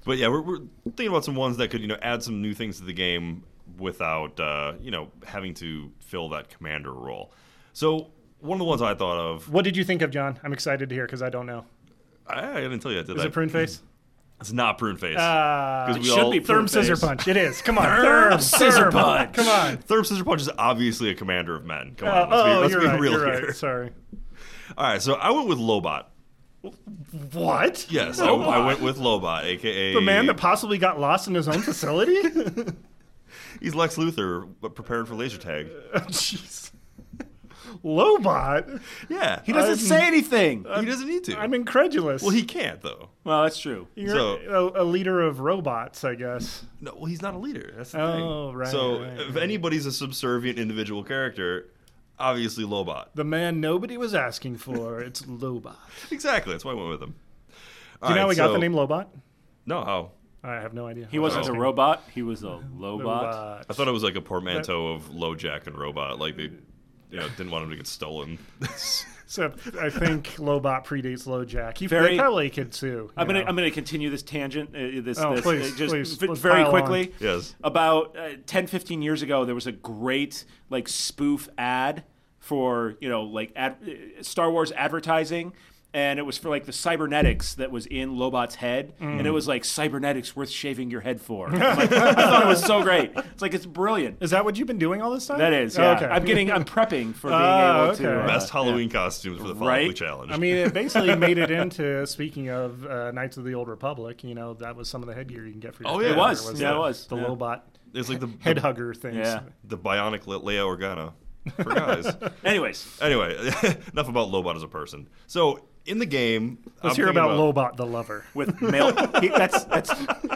F: But yeah, we're, we're thinking about some ones that could you know add some new things to the game without uh, you know having to fill that commander role. So one of the ones I thought of,
H: What did you think of John? I'm excited to hear because I don't know.
F: I, I didn't tell you that, did
H: Is
F: I?
H: it prune
F: mm,
H: face?
F: It's not prune face.
H: Uh,
F: Because we
G: should
F: all-
G: be
H: Therm
G: prune
H: scissor
G: face.
H: punch. It is. Come on. Therm
G: scissor
H: Therm.
G: punch.
H: Come on.
F: Therm Scissor Punch is obviously a commander of men. Come
H: Uh,
F: on, let's
H: oh,
F: be, let's
H: you're
F: be
H: right.
F: real
H: You're
F: here.
H: right. Sorry.
F: All right, so I went with Lobot.
H: What?
F: Yes, I, I went with Lobot, aka
H: The man that possibly got lost in his
F: [LAUGHS]
H: own facility?
F: he's Lex Luthor, but prepared for laser tag.
H: Jeez. Lobot?
F: Yeah,
G: He doesn't say anything.
F: he doesn't need to.
H: I'm incredulous.
F: well, he can't though.
G: Well, that's true.
H: You're
F: so-
H: a, a leader of robots, I guess.
F: No, well, he's not a leader. That's the
H: Oh,
F: thing.
H: right,
F: So
H: right,
F: if
H: right.
F: anybody's a subservient individual character, obviously Lobot. [LAUGHS]
H: The man nobody was asking for. It's Lobot.
F: Exactly. That's why I went with him.
H: Do you know how we got the name Lobot?
F: No, how?
H: I have no idea.
G: He wasn't a
H: Interesting.
G: robot. He was a lobot.
F: I thought it was like a portmanteau of LoJack and Robot. Like they, you know, didn't want him to get
H: [LAUGHS]
F: stolen.
H: Except I think Lobot predates LoJack. He
G: Very-
H: they probably could sue.
G: I'm
H: you
G: gonna
H: know.
G: I'm gonna continue this tangent. Uh, this,
H: Oh,
G: this
H: please,
G: uh, just
H: please,
G: v-
H: let's
G: very
H: pile
G: quickly.
H: on.
F: Yes.
G: About uh, 10, 15 years ago, there was a great like spoof ad for you know like ad, uh, Star Wars advertising. And it was for like the cybernetics that was in Lobot's head,
H: Mm.
G: and it was like cybernetics worth shaving your head
H: [LAUGHS]
G: for. Like, I thought it was so great. It's like it's brilliant.
H: Is that what you've been doing all this time?
G: That is,
H: Oh,
G: yeah.
H: okay.
G: I'm getting, I'm prepping
H: [LAUGHS]
G: for being
H: Oh,
G: able to.
H: okay.
G: uh,
F: Best Halloween costumes for the
G: Right?
F: Folly Challenge.
H: I mean, it basically made it into speaking of uh, Knights of the Old Republic. You know, that was some of the headgear you can get for. Your
F: Oh, yeah, it
H: character,
G: was. Yeah,
H: the-
G: it was.
H: The
G: Yeah.
H: Lobot
F: it's like the
H: head
F: the,
H: hugger things.
G: Yeah.
F: the bionic Le- Leia
H: [LAUGHS]
F: Organa for guys.
G: Anyways,
F: anyway, [LAUGHS] enough about Lobot as a person. So in the game,
H: Let's
F: I'm
H: hear
F: thinking
H: about, Lobot
F: [LAUGHS]
H: the lover.
G: with male, he- that's that's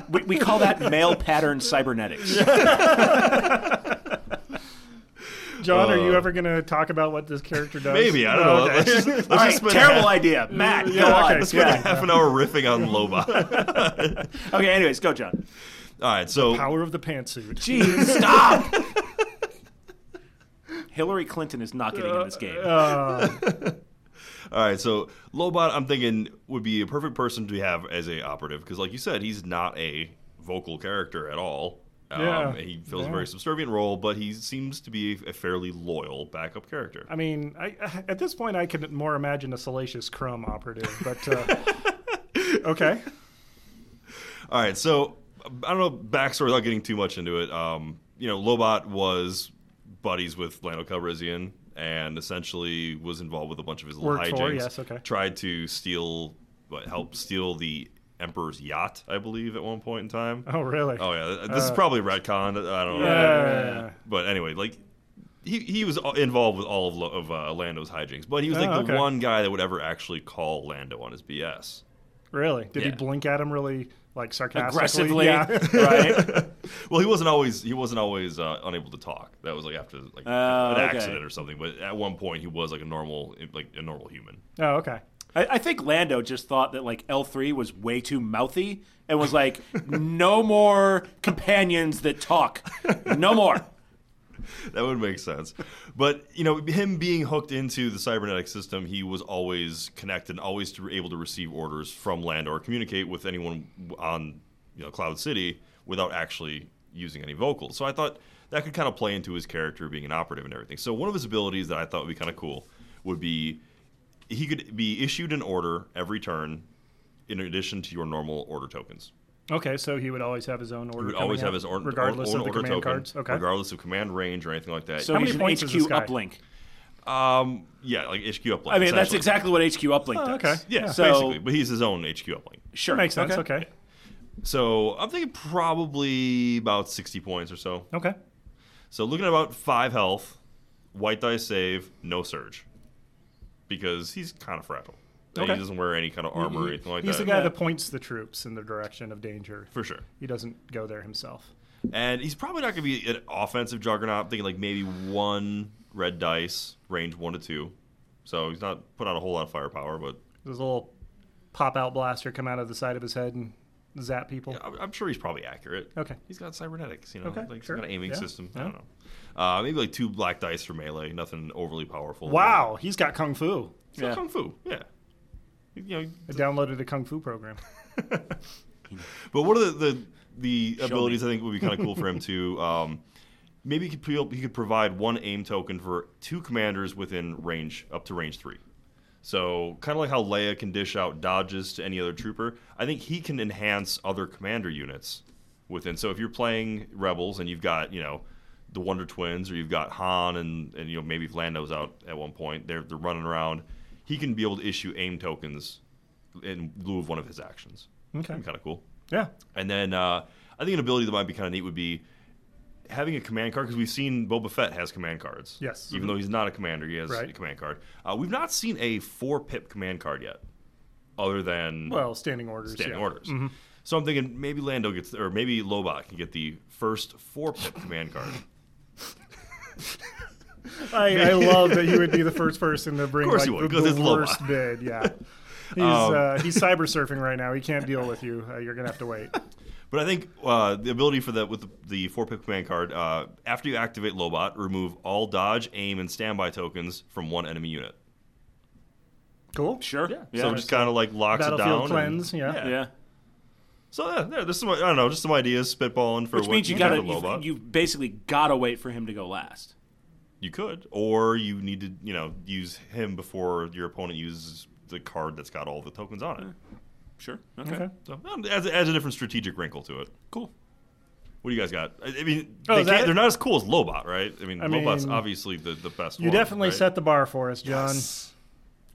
G: we, we call that male pattern cybernetics.
H: John, are you ever going to talk about what this character does?
F: uh, Maybe I don't
H: No,
F: know.
H: Oh, okay.
F: Let's just, let's
G: All
F: just
G: right,
F: spend
G: terrible
F: half,
G: idea, Matt.
H: Yeah,
G: go on.
H: okay,
F: Spend
G: Yeah.
F: half an hour riffing on Lobot.
H: [LAUGHS]
G: Okay. Anyways, go, John.
F: All right, so
H: [LAUGHS] Power of the pantsuit.
G: Jeez, stop. Hillary Clinton is not getting in this
H: Uh,
G: game.
F: all right, so Lobot, I'm thinking would be a perfect person to have as a operative because, like you said, he's not a vocal character at all. Um,
H: Yeah.
F: he fills a
H: Yeah.
F: very subservient role, but he seems to be a fairly loyal backup character.
H: I mean, I, at this point, I could more imagine a salacious crumb operative, but uh,
F: [LAUGHS]
H: okay.
F: All right, so I don't know backstory without getting too much into it. Um, you know, Lobot was buddies with Lando Calrissian and essentially was involved with a bunch of his little
H: Worked for,
F: hijinks.
H: yes, okay.
F: Tried to steal, what, help steal the Emperor's yacht, I believe, at one point in time.
H: Oh, really?
F: Oh yeah, th- this is probably retcon. I don't know.
H: Yeah.
F: But anyway, like he he was all- involved with all of, Lo- of uh, Lando's hijinks, but he was like
H: Oh,
F: the
H: okay.
F: one guy that would ever actually call Lando on his BS.
H: Really? Did
F: Yeah.
H: he blink at him really, like
G: Aggressively,
H: sarcastically? Yeah.
G: [LAUGHS]
H: [LAUGHS]
G: right?
F: Well, he wasn't always he wasn't always uh, unable to talk. That was like after like
G: Oh,
F: an
G: okay.
F: accident or something. But at one point, he was like a normal like a normal human.
H: Oh, okay.
G: I, I think Lando just thought that like L three was way too mouthy and was like, no more companions that talk, no more.
F: that would make sense. But you know, him being hooked into the cybernetic system, he was always connected, always to, able to receive orders from land or communicate with anyone on you know Cloud City without actually using any vocals. So I thought that could kind of play into his character being an operative and everything. So one of his abilities that I thought would be kind of cool would be he could be issued an order every turn in addition to your normal order tokens.
H: Okay, so he would always have his own order.
F: He would
H: coming
F: always
H: up,
F: have his own,
H: regardless
F: own
H: of the
F: order
H: command
F: token,
H: cards. Okay,
F: regardless of command range or anything like that.
G: So
H: How
G: he's
H: many points
G: an
H: is
G: HQ
H: this guy?
G: uplink.
F: um, yeah, like HQ uplink.
G: I mean, that's
F: essentially.
G: exactly what HQ uplink
H: Oh,
G: does.
H: okay.
F: yeah,
G: So-
F: basically. But he's his own HQ uplink.
G: Sure.
H: makes sense. Okay,
F: So I'm thinking probably about 60 points or so.
H: okay.
F: So looking at about five health, white dice save, no surge, because he's kind of fragile. And
H: Okay.
F: He doesn't wear any kind of armor or anything like
H: He's
F: that.
H: the guy that points the troops in the direction of danger.
F: for sure.
H: He doesn't go there himself.
F: And he's probably not going to be an offensive juggernaut. I'm thinking like maybe one red dice, range one to two. So he's not put out a whole lot of firepower, but
H: There's a little pop-out blaster come out of the side of his head and zap people.
F: I'm I'm sure he's probably accurate.
H: Okay.
F: He's got cybernetics, you know,
H: Okay,
F: like he's
H: sure.
F: got an aiming
H: Yeah,
F: system. I
H: yeah.
F: don't know. Uh, maybe like two black dice for melee, nothing overly powerful.
H: Wow, he's got kung fu.
F: It's like
G: Yeah.
F: kung fu, yeah. You know,
H: I downloaded a kung
F: [LAUGHS]
H: fu program.
F: but one of the the, the
G: Show
F: abilities I think would be kind of cool for him to um, maybe he could, pre- he could provide one aim token for two commanders within range up to range three. So kind of like how Leia can dish out dodges to any other trooper, I think he can enhance other commander units within. So if you're playing rebels and you've got you know the Wonder Twins or you've got Han and and you know maybe if Lando's out at one point, they're they're running around. He can be able to issue aim tokens in lieu of one of his actions.
H: Okay.
F: kind of cool.
H: Yeah.
F: And then uh, I think an ability that might be kind of neat would be having a command card because we've seen Boba Fett has command cards.
H: Yes. Mm-hmm.
F: Even though he's not a commander, he has a
H: Right.
F: command card. Uh, we've not seen a four pip command card yet, other than
H: Well, standing orders.
F: standing
H: yeah. Mm-hmm.
F: orders. So I'm thinking maybe Lando gets, or maybe Lobot can get the first four pip command
H: [LAUGHS]
F: card.
G: [LAUGHS]
H: I, I love that he would be the first person to bring
F: Of course
H: like,
F: he would,
H: the,
F: 'cause
H: the
F: it's Loba.
H: worst
G: [LAUGHS]
H: bid. Yeah. He's
G: Um,
H: uh, he's cyber surfing right now. He can't deal with you. Uh, you're gonna have to wait.
F: But I think uh, the ability for that with the, the four pip command card, uh, after you activate Lobot, remove all dodge, aim, and standby tokens from one enemy unit.
H: Cool.
G: Sure.
H: Yeah.
G: Yeah.
F: So it just kind of like locks it down. and-
H: Battlefield cleanse. Yeah.
G: yeah.
F: So yeah, yeah, there's some I don't know, just some ideas spitballing for
G: Which
F: what
G: means you
F: can
G: gotta
F: do with
G: you,
F: Lobot.
G: you basically gotta wait for him to go last.
F: You could, or you need to you know use him before your opponent uses the card that's got all the tokens on it.
G: Sure. Okay.
H: Okay.
F: So it adds, adds a different strategic wrinkle to it.
G: Cool.
F: What do you guys got? I I mean,
H: Oh,
F: they can't,
H: is that-
F: they're not as cool as Lobot, right? I mean,
H: I
F: Lobot's
H: mean,
F: obviously the, the best.
H: You
F: one,
H: definitely
F: right?
H: set the bar for us, John.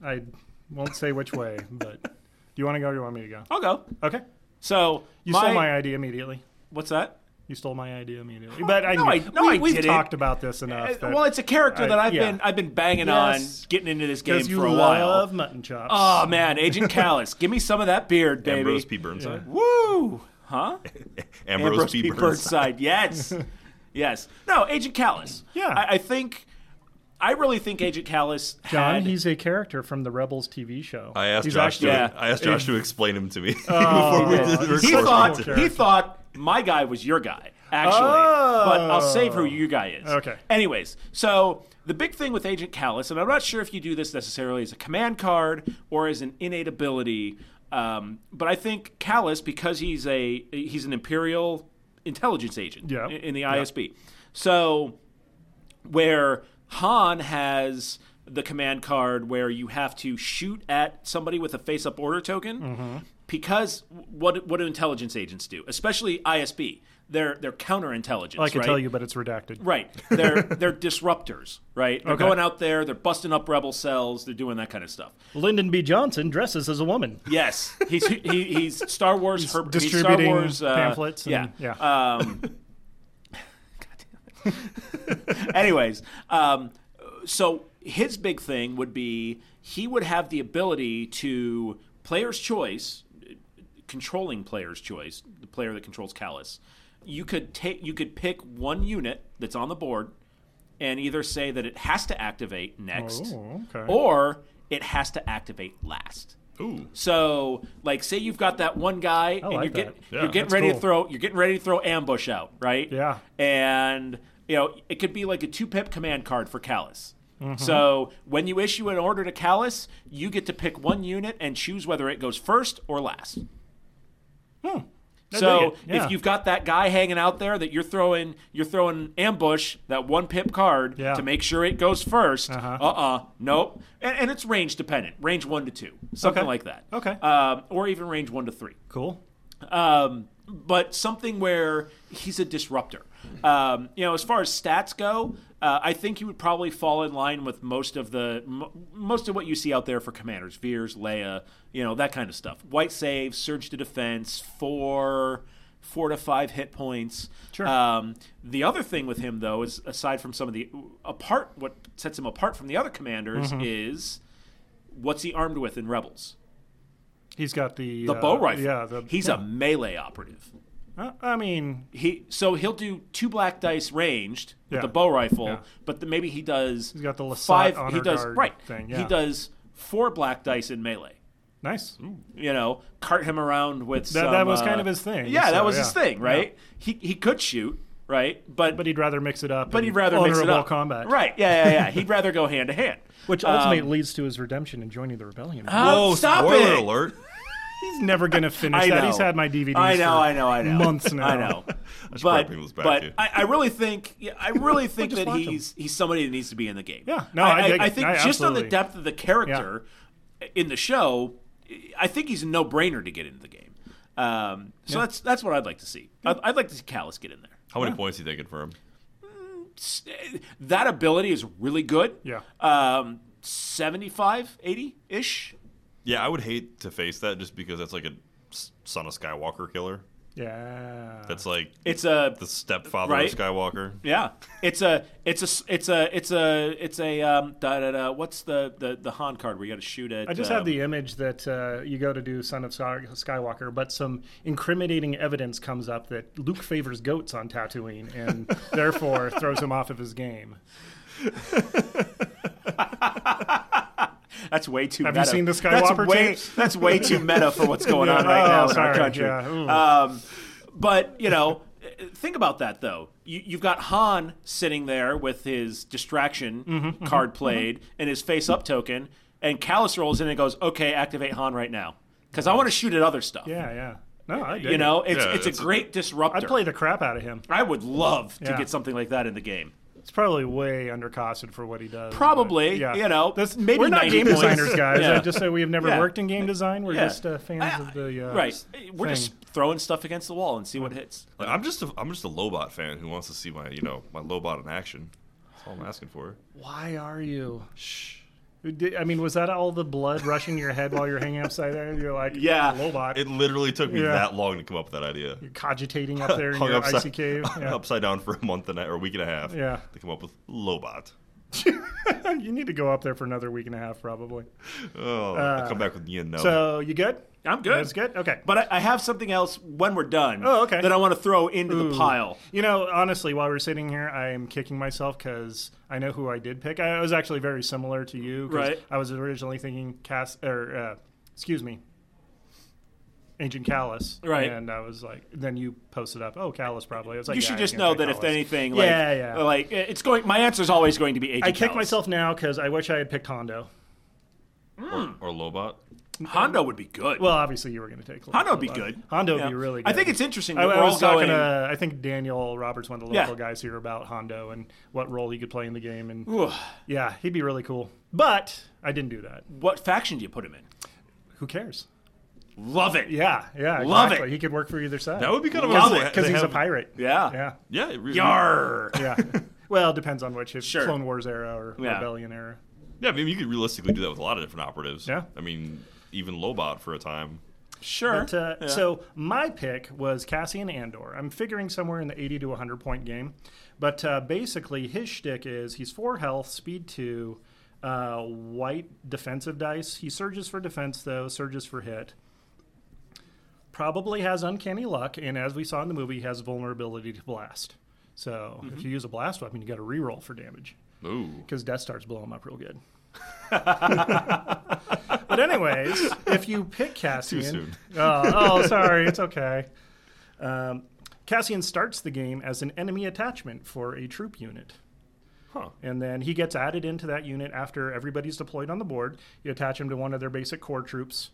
H: I won't say which way, but do you want to go? or Do you want me to go?
G: I'll go.
H: Okay.
G: So
H: You stole my idea immediately.
G: what's that?
H: You stole my idea immediately. But I,
G: no,
H: knew-
G: I- no,
H: we,
G: I
H: we've
G: didn't.
H: talked about this enough.
G: Uh,
H: that-
G: well, it's a character
H: I-
G: that I've
H: yeah.
G: been I've been banging
H: Yes.
G: on getting into this game
H: 'Cause you
G: for a
H: love
G: while.
H: mutton chops.
G: Oh man,
H: [LAUGHS]
G: Agent Callus, give me some of that beard, baby.
F: Ambrose P. Burnside.
G: Woo! Huh?
F: Ambrose, P. Burnside.
H: [LAUGHS]
G: Yes. yes. No, Agent Callus.
H: Yeah.
G: I, I think. I really think Agent Callus.
H: John,
G: had,
H: he's a character from the Rebels TV show.
F: I asked
H: he's
F: Josh. To,
H: actually-
G: Yeah.
F: I asked Josh to explain him to me [LAUGHS] before we did the
H: he's
G: he
H: such a
F: recording. [LAUGHS]
G: thought
H: character.
G: he thought my guy was your guy actually but i'll save who your guy is
H: Okay.
G: anyways so the big thing with agent callus and i'm not sure if you do this necessarily as a command card or as an innate ability um, but i think callus because he's a he's an imperial intelligence agent
H: Yeah.
G: in, in the isb so where Han has the command card where you have to shoot at somebody with a face up order token because what what do intelligence agents do especially ISB they're they're counterintelligence
H: I can
G: right?
H: tell you, but it's redacted.
G: Right. They're [LAUGHS] they're disruptors, right? They're
H: Okay.
G: going out there, they're busting up rebel cells, they're doing that kind of stuff.
H: Lyndon B. Johnson dresses as a woman.
G: Yes, he's he, he's Star Wars Her- he's
H: distributing
G: Star Wars, uh,
H: pamphlets and-
G: yeah,
H: yeah. Uh,
G: Um, God damn it. [LAUGHS] Anyways, um, so his big thing would be he would have the ability to player's choice, controlling player's choice, the player that controls Callus. You could take you could pick one unit that's on the board, and either say that it has to activate next,
H: Oh, okay.
G: or it has to activate last.
F: Ooh.
G: So, like, say you've got that one guy, and
H: like
G: you're
H: that.
G: getting
F: Yeah,
G: you're getting
H: that's
G: ready to
H: cool.
G: throw you're getting ready to throw ambush out, right?
H: Yeah.
G: And you know, it could be like a two pip command card for Callus.
H: Mm-hmm.
G: So when you issue an order to Callus, you get to pick one unit and choose whether it goes first or last.
H: Hmm. I dig
G: So
H: it, yeah.
G: if you've got that guy hanging out there that you're throwing, you're throwing ambush that one pip card
H: Yeah. Uh-huh.
G: to make sure it goes first. Uh uh nope. And, and it's range dependent, range one to two, something
H: Okay.
G: like that.
H: Okay.
G: Um, or even range one to three
H: Cool.
G: um, but something where he's a disruptor. Um, you know, as far as stats go, uh, I think he would probably fall in line with most of the m- most of what you see out there for commanders: Veers, Leia, you know, that kind of stuff. White save, surge to defense, four four to five hit points.
H: Sure.
G: Um, the other thing with him, though, is aside from some of the apart, what sets him apart from the other commanders
H: Mm-hmm.
G: is what's he armed with in Rebels?
H: He's got the
G: The
H: uh,
G: bow rifle.
H: Yeah, the,
G: He's a melee operative
H: Uh, I mean,
G: he so he'll do two black dice ranged with
H: Yeah.
G: the bow rifle,
H: Yeah.
G: but the, maybe he does.
H: He's got the Lasat
G: five. He
H: honor
G: does
H: guard
G: right.
H: thing,
G: He
H: yeah.
G: does four black dice in melee.
H: nice.
G: You know, cart him around with
H: That-
G: some,
H: that was
G: uh,
H: kind of his thing,
G: Yeah, that
H: so,
G: was his
H: yeah.
G: thing, right? He he could shoot, right? But
H: But he'd rather mix it up.
G: but
H: and
G: he'd rather mix it
H: honorable
G: up.
H: combat,
G: right? Um, Yeah, yeah, yeah. he'd rather go hand to
H: [LAUGHS]
G: hand.
H: Which ultimately leads to his redemption and joining the rebellion.
G: Oh,
F: Whoa,
G: stop
F: spoiler
G: it.
F: alert.
H: He's never going to finish
G: I
H: that.
G: know.
H: He's had my DVDs.
G: I know,
H: for
G: I know, I know.
H: Months now.
G: I
H: [LAUGHS]
G: know.
F: should
G: but
F: probably bring this back to
G: but
F: you.
G: I, I really think yeah, I really think
H: just
G: that
H: watch 'em.
G: he's he's somebody that needs to be in the game.
H: Yeah. No, I
G: I,
H: dig it.
G: think
H: I
G: just on the
H: absolutely-
G: depth of the character in the show, I think he's a no brainer to get into the game. Um, so that's that's what I'd like to see. I'd, I'd like to see Callus get in there.
F: How many points are you taking for him?
G: S- That ability is really good.
H: Yeah.
G: Um, 75, 80 ish.
F: Yeah, I would hate to face that just because that's like a s- son of Skywalker killer.
H: Yeah.
F: That's like
G: It's a
F: the stepfather
G: Right.
F: of Skywalker.
G: Yeah, it's a it's a it's a it's a it's a um, da da da. What's the the the Han card where you got to shoot at?
H: I just
G: um,
H: had the image that uh, you go to do Son of Sky- Skywalker, but some incriminating evidence comes up that Luke favors goats on Tatooine
G: [LAUGHS]
H: and therefore throws him off of his game.
G: um, That's way too.
H: Have you
G: meta.
H: seen the Skywalker
G: that's way,
H: tapes?
G: That's way
H: [LAUGHS]
G: too meta for what's going on
H: Yeah.
G: right
H: Oh,
G: now in our
H: sorry.
G: country.
H: Yeah. Ooh.
G: Um, but you know, think about that though. You, you've got Han sitting there with his distraction
H: Mm-hmm,
G: card played and his face up token, and Callus rolls in and goes, "Okay, activate Han right now." Because I want to shoot at other stuff.
H: Yeah, yeah. No, I dig
G: You
H: it.
G: know, it's
F: Yeah,
G: it's,
F: it's
G: a
F: a-
G: great disruptor.
H: I'd play the crap out of him.
G: I would love to
H: Yeah.
G: get something like that in the game.
H: It's probably way undercosted for what he does. but,
G: Probably, you know, maybe
H: we're not
G: 90
H: game
G: points.
H: designers, guys.
G: Yeah.
H: I just say we have never
G: Yeah.
H: worked in game design. We're
G: Yeah.
H: just uh, fans
G: I-
H: of the uh,
G: right. We're just
H: thing. Mm.
G: throwing stuff against the wall and see what hits.
F: Like, I'm just a, I'm just a Lobot fan who wants to see my you know my Lobot in action. That's all I'm asking for.
H: Why are you? Shh. I mean, was that all the blood rushing your head while you're hanging upside down? You're like,
G: Yeah.
H: Lobot,
F: It literally took me
H: Yeah.
F: that long to come up with that idea.
H: cogitating up there
F: [LAUGHS]
H: in
F: Hung
H: your
F: upside,
H: icy cave. Yeah.
F: upside down for a month and a, or a week and a half.
H: Yeah.
F: to come up with Lobot.
H: [LAUGHS] you need to go up there for another week and a half, probably.
F: Oh, I'll come back with you know.
H: Uh, So you good?
G: I'm good.
H: That's good. Okay.
G: But I, I have something else when we're done.
H: Oh, okay.
G: That I want to throw into the pile.
H: You know, honestly, while we're sitting here, I am kicking myself because I know who I did pick. I was actually very similar to you. 'cause
G: Right.
H: I was originally thinking Cass or uh, excuse me, Ancient Callus.
G: Right.
H: And I was like, then you posted up. Oh, Callus probably. I was like,
G: You
H: yeah,
G: should
H: I'm
G: just
H: gonna
G: know
H: pick
G: that if
H: Callus.
G: anything, like,
H: Yeah, yeah.
G: like it's going. My answer is always going to be Agent.
H: I kick
G: Callus.
H: myself now because I wish I had picked Hondo.
F: or Lobot.
G: Hondo would be good.
H: Well, obviously you were going to take
G: Hondo would be
H: Lobot.
G: good.
H: Hondo would
G: Yeah.
H: be really good.
G: I think it's interesting
H: I,
G: that
H: I
G: we're all
H: was talking
G: going.
H: to, I think Daniel Roberts, one of the
G: Yeah.
H: local guys here, about Hondo and what role he could play in the game. And yeah, he'd be really cool. But I didn't do that.
G: What faction do you put him in?
H: Who cares?
G: Love it.
H: Yeah, yeah.
G: Love
H: exactly.
G: it.
H: He could work for either side.
F: That would be kind of
G: Love
F: cool.
G: it,
H: Because
F: They
H: he's a
F: have-
H: pirate.
G: Yeah.
H: Yeah.
F: Yeah, it really,
G: Yar. [LAUGHS]
H: Yeah. well, depends on which. If
G: Sure.
H: Clone Wars era or
G: Yeah.
H: Rebellion era.
F: Yeah, I mean, you could realistically do that with a lot of different operatives.
H: Yeah.
F: I mean, even Lobot for a time.
G: Sure.
H: But, uh, So my pick was Cassian Andor. I'm figuring somewhere in the 80 to 100 point game. But uh, basically, his shtick is he's four health, speed two, uh, white defensive dice. He surges for defense though, surges for hit. Probably has uncanny luck, and as we saw in the movie, has vulnerability to blast. So if you use a blast weapon, you got to reroll for damage
F: Ooh.
H: because Death Star's blow them up real good. but anyways, if you pick Cassian,
F: soon.
H: Oh, oh, sorry, it's okay. Um, Cassian starts the game as an enemy attachment for a troop unit.
F: Huh.
H: And then he gets added into that unit after everybody's deployed on the board. You attach him to one of their basic core troops.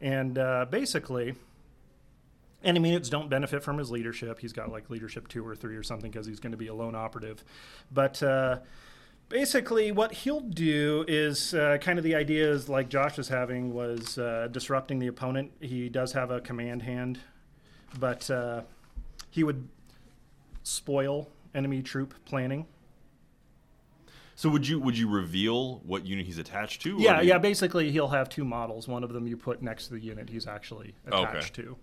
H: And uh, basically, enemy units don't benefit from his leadership. He's got like leadership two or three or something because he's going to be a lone operative. But uh, basically, what he'll do is uh, kind of the idea is like Josh was having was uh, disrupting the opponent. He does have a command hand, but uh, he would spoil enemy troop planning.
F: So would you would you reveal what unit he's attached to? or
H: Yeah,
F: do you-
H: yeah. Basically, he'll have two models. One of them you put next to the unit he's actually attached to.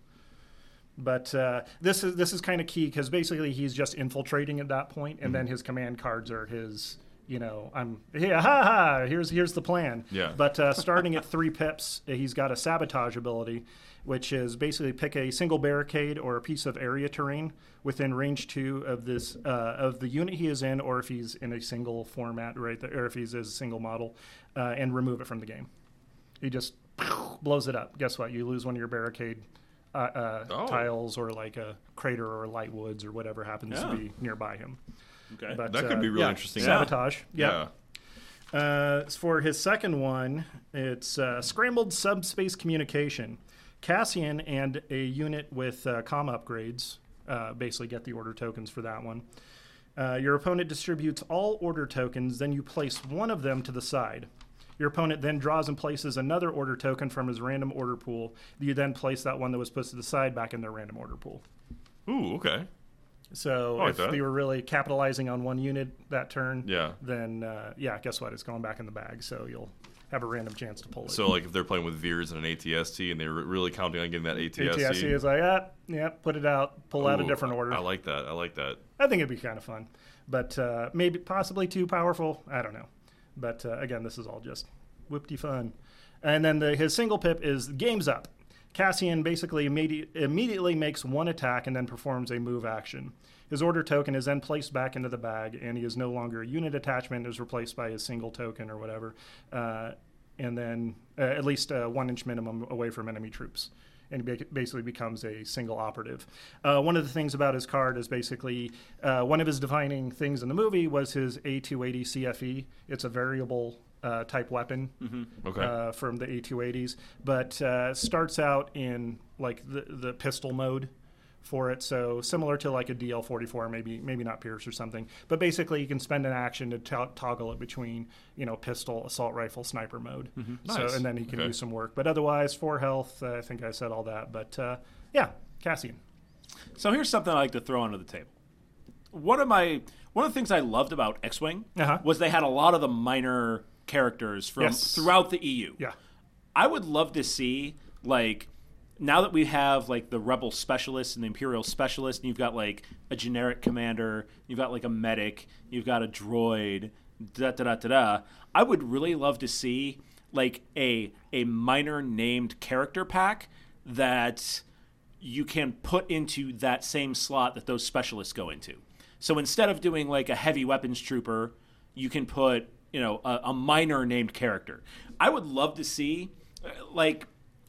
H: But uh, this is this is kind of key because basically he's just infiltrating at that point, and then his command cards are his. You know, I'm yeah, ha ha. Here's here's the plan.
F: Yeah.
H: But uh, starting at three pips, he's got a sabotage ability, which is basically pick a single barricade or a piece of area terrain within range two of this uh, of the unit he is in, or if he's in a single format, right? There, or if he's a single model, uh, and remove it from the game. He just [LAUGHS] blows it up. Guess what? You lose one of your barricade uh, uh,
F: Oh.
H: tiles or like a crater or light woods or whatever happens
G: Yeah.
H: to be nearby him.
G: Okay.
H: But,
F: That could
H: uh,
F: be really
H: yeah,
F: interesting.
H: Sabotage.
F: Yeah.
H: Yeah. Uh, for his second one, it's uh, scrambled subspace communication. Cassian and a unit with uh, com upgrades uh, basically get the order tokens for that one. Uh, your opponent distributes all order tokens, then you place one of them to the side. Your opponent then draws and places another order token from his random order pool. You then place that one that was placed to the side back in their random order pool.
F: Ooh, okay.
H: So
F: like
H: if
F: that.
H: you were really capitalizing on one unit that turn,
F: Yeah.
H: then uh, yeah, guess what? It's going back in the bag, so you'll have a random chance to pull it.
F: So like if they're playing with Veers and an ATST and they're re- really counting on getting that ATST.
H: ATSC is like, ah, yeah, put it out, pull out a
F: Ooh,
H: different
F: I-
H: order.
F: I like that. I like that.
H: I think it'd be kind of fun, but uh, maybe possibly too powerful. I don't know. But uh, again, this is all just whoopty fun. And then the, his single pip is game's up. Cassian basically immedi- immediately makes one attack and then performs a move action. His order token is then placed back into the bag, and he is no longer a unit attachment. Is replaced by his single token or whatever, uh, and then uh, at least uh, one inch minimum away from enemy troops and he ba- basically becomes a single operative. Uh, one of the things about his card is basically uh, one of his defining things in the movie was his A280 CFE. E. It's a variable uh, type weapon
F: Okay.
H: uh, from the A280s, but uh, starts out in like the, the pistol mode for it. So similar to like a DL44, maybe maybe not Pierce or something. But basically, you can spend an action to to- toggle it between you know pistol, assault rifle, sniper mode.
G: Mm-hmm.
F: Nice.
H: So and then he can
F: Okay.
H: do some work. But otherwise, for health, uh, I think I said all that. But uh, yeah, Cassian.
G: So here's something I like to throw onto the table. One of my one of the things I loved about X-wing
H: Uh-huh.
G: was they had a lot of the minor characters from
H: Yes.
G: throughout the EU.
H: Yeah.
G: I would love to see like now that we have like the rebel specialist and the imperial specialist, and you've got like a generic commander, you've got like a medic, you've got a droid, da da da da da. I would really love to see like a a minor named character pack that you can put into that same slot that those specialists go into. So instead of doing like a heavy weapons trooper, you can put you know a, a minor named character. I would love to see uh, like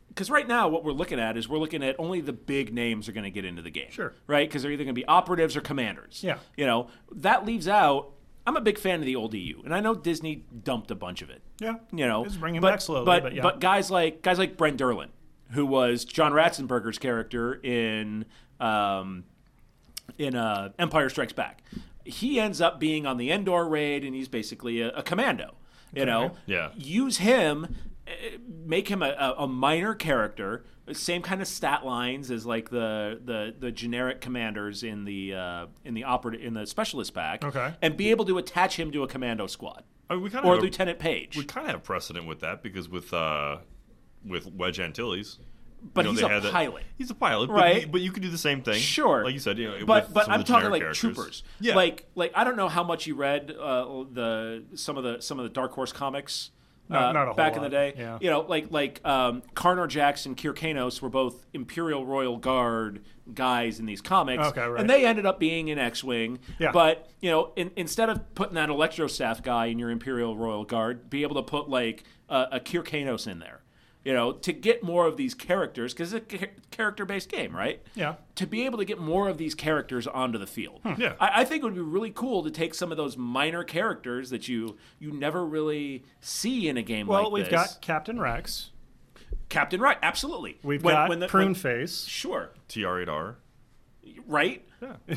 G: because right now what we're looking at is we're looking at only the big names are going to get into the game.
H: Sure.
G: Right? Because they're either going to be operatives or commanders.
H: Yeah.
G: You know that leaves out. I'm a big fan of the old EU, and I know Disney dumped a bunch of it.
H: Yeah.
G: You know,
H: It's bringing
G: but,
H: back slowly, but yeah.
G: guys like guys like Brent Derlin, who was John Ratzenberger's character in um, in uh, Empire Strikes Back. He ends up being on the Endor raid, and he's basically a, a commando. You know,
F: Yeah.
G: Use him, eh, make him a, a, a minor character. Same kind of stat lines as like the the, the generic commanders in the uh, in the operative in the specialist pack.
H: Okay. Oh,
G: and be able to attach him to a commando squad
F: I mean, we kind of
G: or
F: have,
G: Lieutenant Page.
F: We kind of have precedent with that because with uh, with Wedge Antilles.
G: But
F: you know,
G: he's
F: they
G: a
F: had that-
G: pilot.
F: He's a pilot, but
G: Right.
F: you- But you could do the same thing.
G: Sure,
F: Like you said, you know,
G: but
F: with
G: but
F: some of
G: I'm
F: the
G: talking like
F: generic characters.
G: troopers.
F: Yeah.
G: like like I don't know how much you read uh, the some of the some of the Dark Horse comics. uh,
H: not a whole
G: back in
H: lot,
G: the day,
H: yeah.
G: you know, like like um, Carner Jackson, Kyrkanos were both Imperial Royal Guard guys in these comics,
H: Okay, right.
G: and they ended up being in X-wing.
H: Yeah.
G: But you know, in, instead of putting that Electro Staff guy in your Imperial Royal Guard, be able to put like a, a Kyrkanos in there. you know, to get more of these characters because it's a character based game, right?
H: Yeah. Hmm.
G: To be able to get more of these characters onto the field,
H: Yeah.
G: I, I think it would be really cool to take some of those minor characters that you you never really see in a game.
H: Well,
G: like
H: we've
G: this.
H: got Captain Rex.
G: Captain Right, absolutely.
H: We've
G: When-
H: got
G: when the-
H: Prune
G: when-
H: Face.
G: Sure,
F: TR8R.
G: right? Uh,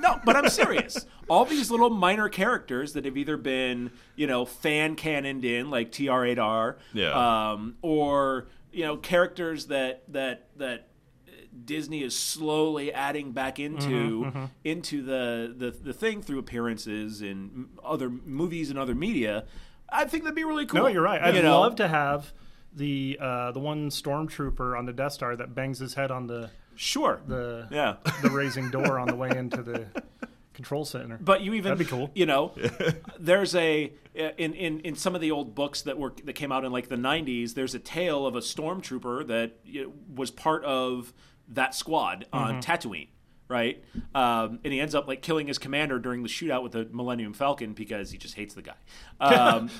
G: no, but I'm serious. All these little minor characters that have either been, you know, fan cannoned in, like TR8R,
F: Yeah.
G: um, or you know, characters that that that Disney is slowly adding back into
H: Mm-hmm,
G: into the, the the thing through appearances in other movies and other media. I think that'd be really cool.
H: No, you're right. I'd
G: You know?
H: love to have the uh, the one stormtrooper on the Death Star that bangs his head on the
G: Sure.
H: the
G: yeah.
H: the raising door on the way into the control center.
G: But you even
H: That'd be cool.
G: You know, there's a in, in in some of the old books that were that came out in like the 90s. There's a tale of a stormtrooper that you know, was part of that squad on Tatooine, right? Um, and he ends up like killing his commander during the shootout with the Millennium Falcon because he just hates the guy. Um,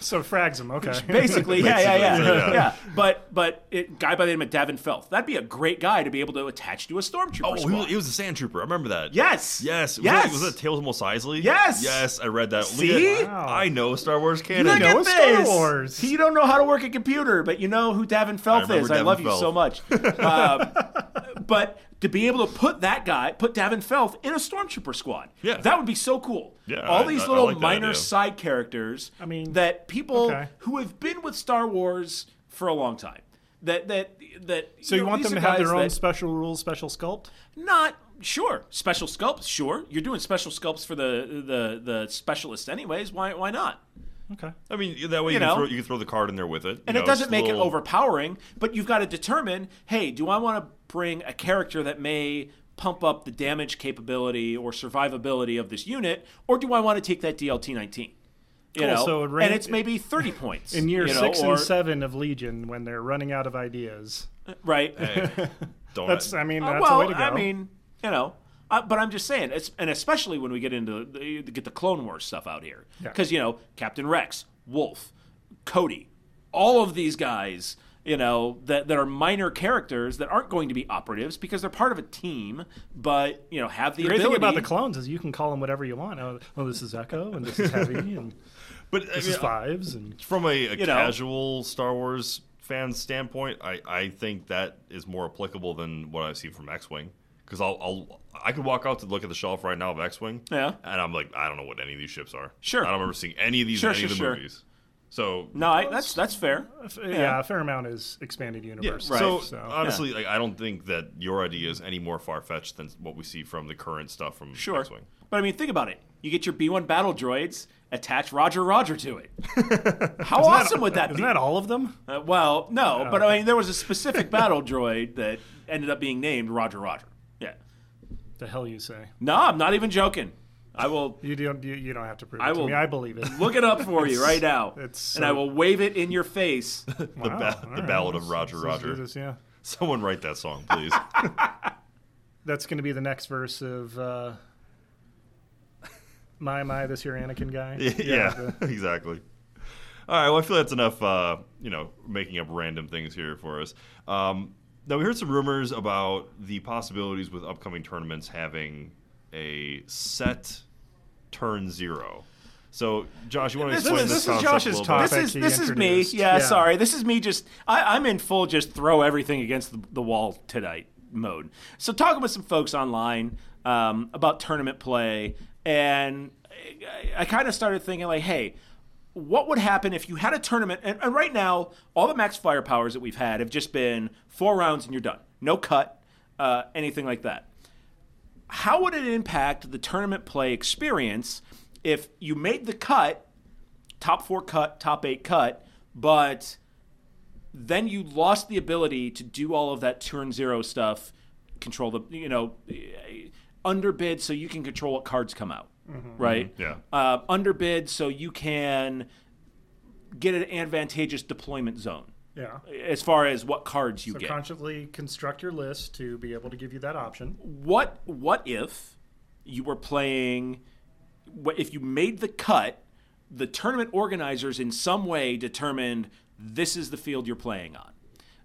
H: so frags him. Okay.
G: [LAUGHS] basically, yeah, yeah, yeah,
F: Basically,
G: yeah,
F: yeah.
G: But but it, guy by the name of Davin Felth. That'd be a great guy to be able to attach to a stormtrooper.
F: Oh,
G: squad.
F: he was, he was a sand trooper. I remember that.
G: Yes.
F: Yes. Was
G: Yes.
F: It, was it Tales of Mos Eisley?
G: Yes.
F: Yes, I read that. Look
G: See?
F: at-
H: Wow.
F: I know Star Wars canon.
G: Look
H: know
G: at
H: Star
G: this.
H: Wars.
G: He don't know how to work a computer, but you know who Davin Felth
F: remember
G: is. I
F: Davin
G: love you
F: Felth. [LAUGHS]
G: so much. Um, but to be able to put that guy, put Davin Felth in a stormtrooper squad,
F: Yeah.
G: that would be so cool.
F: Yeah,
G: all
F: I-
G: these
F: I- I
G: little
F: like that
G: minor
F: idea.
G: side characters. I
H: mean,
G: that people
H: okay.
G: who have been with Star Wars for a long time. That that that.
H: So you
G: know,
H: want
G: these
H: them to
G: are
H: have
G: guys
H: their own
G: that-
H: special rules, special sculpt?
G: not sure. Special sculpts, sure. You're doing special sculpts for the the the specialists anyways. Why why not?
H: Okay.
F: I mean, that way you,
G: You
F: can
G: know?
F: throw, you can throw the card in there with it.
G: and
F: You know,
G: it doesn't
F: it's
G: make it
F: little-
G: overpowering but you've got to determine hey do i want to bring a character that may pump up the damage capability or survivability of this unit or do i want to take that dlt 19 you
H: Cool,
G: know
H: so it ran-
G: and it's maybe 30 points
H: [LAUGHS] In year
G: you know,
H: six
G: or-
H: and seven of Legion, when they're running out of ideas,
G: right
F: Don't
H: that's I mean
G: Uh,
H: that's
G: well
H: a way to go.
G: i mean you know uh, but i'm just saying it's and especially when we get into the, get the clone wars stuff out here
H: Yeah.
G: because you know captain rex wolf cody all of these guys you know that, that are minor characters that aren't going to be operatives because they're part of a team but you know have the
H: the great thing
G: ability
H: about the clones is you can call them whatever you want. Oh, oh this is Echo, and
G: [LAUGHS]
H: this is Heavy, and
F: But uh, I
H: this
F: mean,
H: is Fives, and
F: from a, a
G: You know.
F: casual Star Wars fan standpoint, I, I think that is more applicable than what I've seen from X Wing. Because I'll, I'll I could walk out to look at the shelf right now of X Wing,
G: Yeah.
F: and I'm like, I don't know what any of these ships are.
G: Sure.
F: I don't remember seeing any of these
G: Sure,
F: in any of
G: sure,
F: the
G: sure.
F: movies. So
G: no I, that's that's fair
H: yeah. a fair amount is expanded universe.
G: right.
F: So,
H: So-
F: honestly, like, I don't think that your idea is any more far fetched than what we see from the current stuff from
G: sure
F: X-wing.
G: but i mean think about it you get your b1 battle droids attach roger roger to
H: [LAUGHS]
G: it how awesome would that be
H: Isn't that all of them?
G: Uh, well, no,
H: Oh,
G: but I mean, there was a
H: [LAUGHS]
G: specific battle droid that ended up being named Roger Roger. Yeah.
H: The hell you say?
G: No, I'm not even joking. I will
H: You don't. You, you don't have to prove
G: I
H: it to
G: will
H: me. I believe it. [LAUGHS]
G: look it up for you right now,
H: it's
G: and
H: so-
G: I will wave it in your
H: [LAUGHS]
G: face.
H: Wow,
F: The, ba-
H: Oh, all
F: the
H: right.
F: Ballad of Roger
H: Let's do
F: Roger.
H: this, yeah.
F: Someone write that song,
H: [LAUGHS]
F: please.
H: That's going to be the next verse of uh, [LAUGHS] "My My, this here Anakin guy."
F: [LAUGHS] yeah,
H: the-
F: exactly. All right, well, I feel that's enough, uh, you know, making up random things here for us. Um, now, we heard some rumors about the possibilities with upcoming tournaments having a set turn zero. So, Josh, you want to
G: This
F: explain
G: is-
F: this,
G: this is
F: concept
H: Josh's
F: a little bit?
H: topic.
G: This is
H: he
G: this is me.
H: introduced.
G: Yeah,
H: Yeah.
G: sorry. This is me. Just I, I'm in full just throw everything against the, the wall tonight mode. So talking with some folks online um, about tournament play, and I- I, I kind of started thinking like, hey. What would happen if you had a tournament? And, and right now, all the max firepowers that we've had have just been four rounds and you're done. No cut, uh, anything like that how would it impact the tournament play experience if you made the cut, top four cut, top eight cut, but then you lost the ability to do all of that turn zero stuff, control the, you know, eh, underbid so you can control what cards come out, right?
F: Yeah.
G: Uh, underbid so you can get an advantageous deployment zone
H: yeah.
G: as far as what cards you
H: So
G: get.
H: consciously construct your list to be able to give you that option.
G: what what if you were playing what if you made the cut the tournament organizers in some way determined this is the field you're playing on.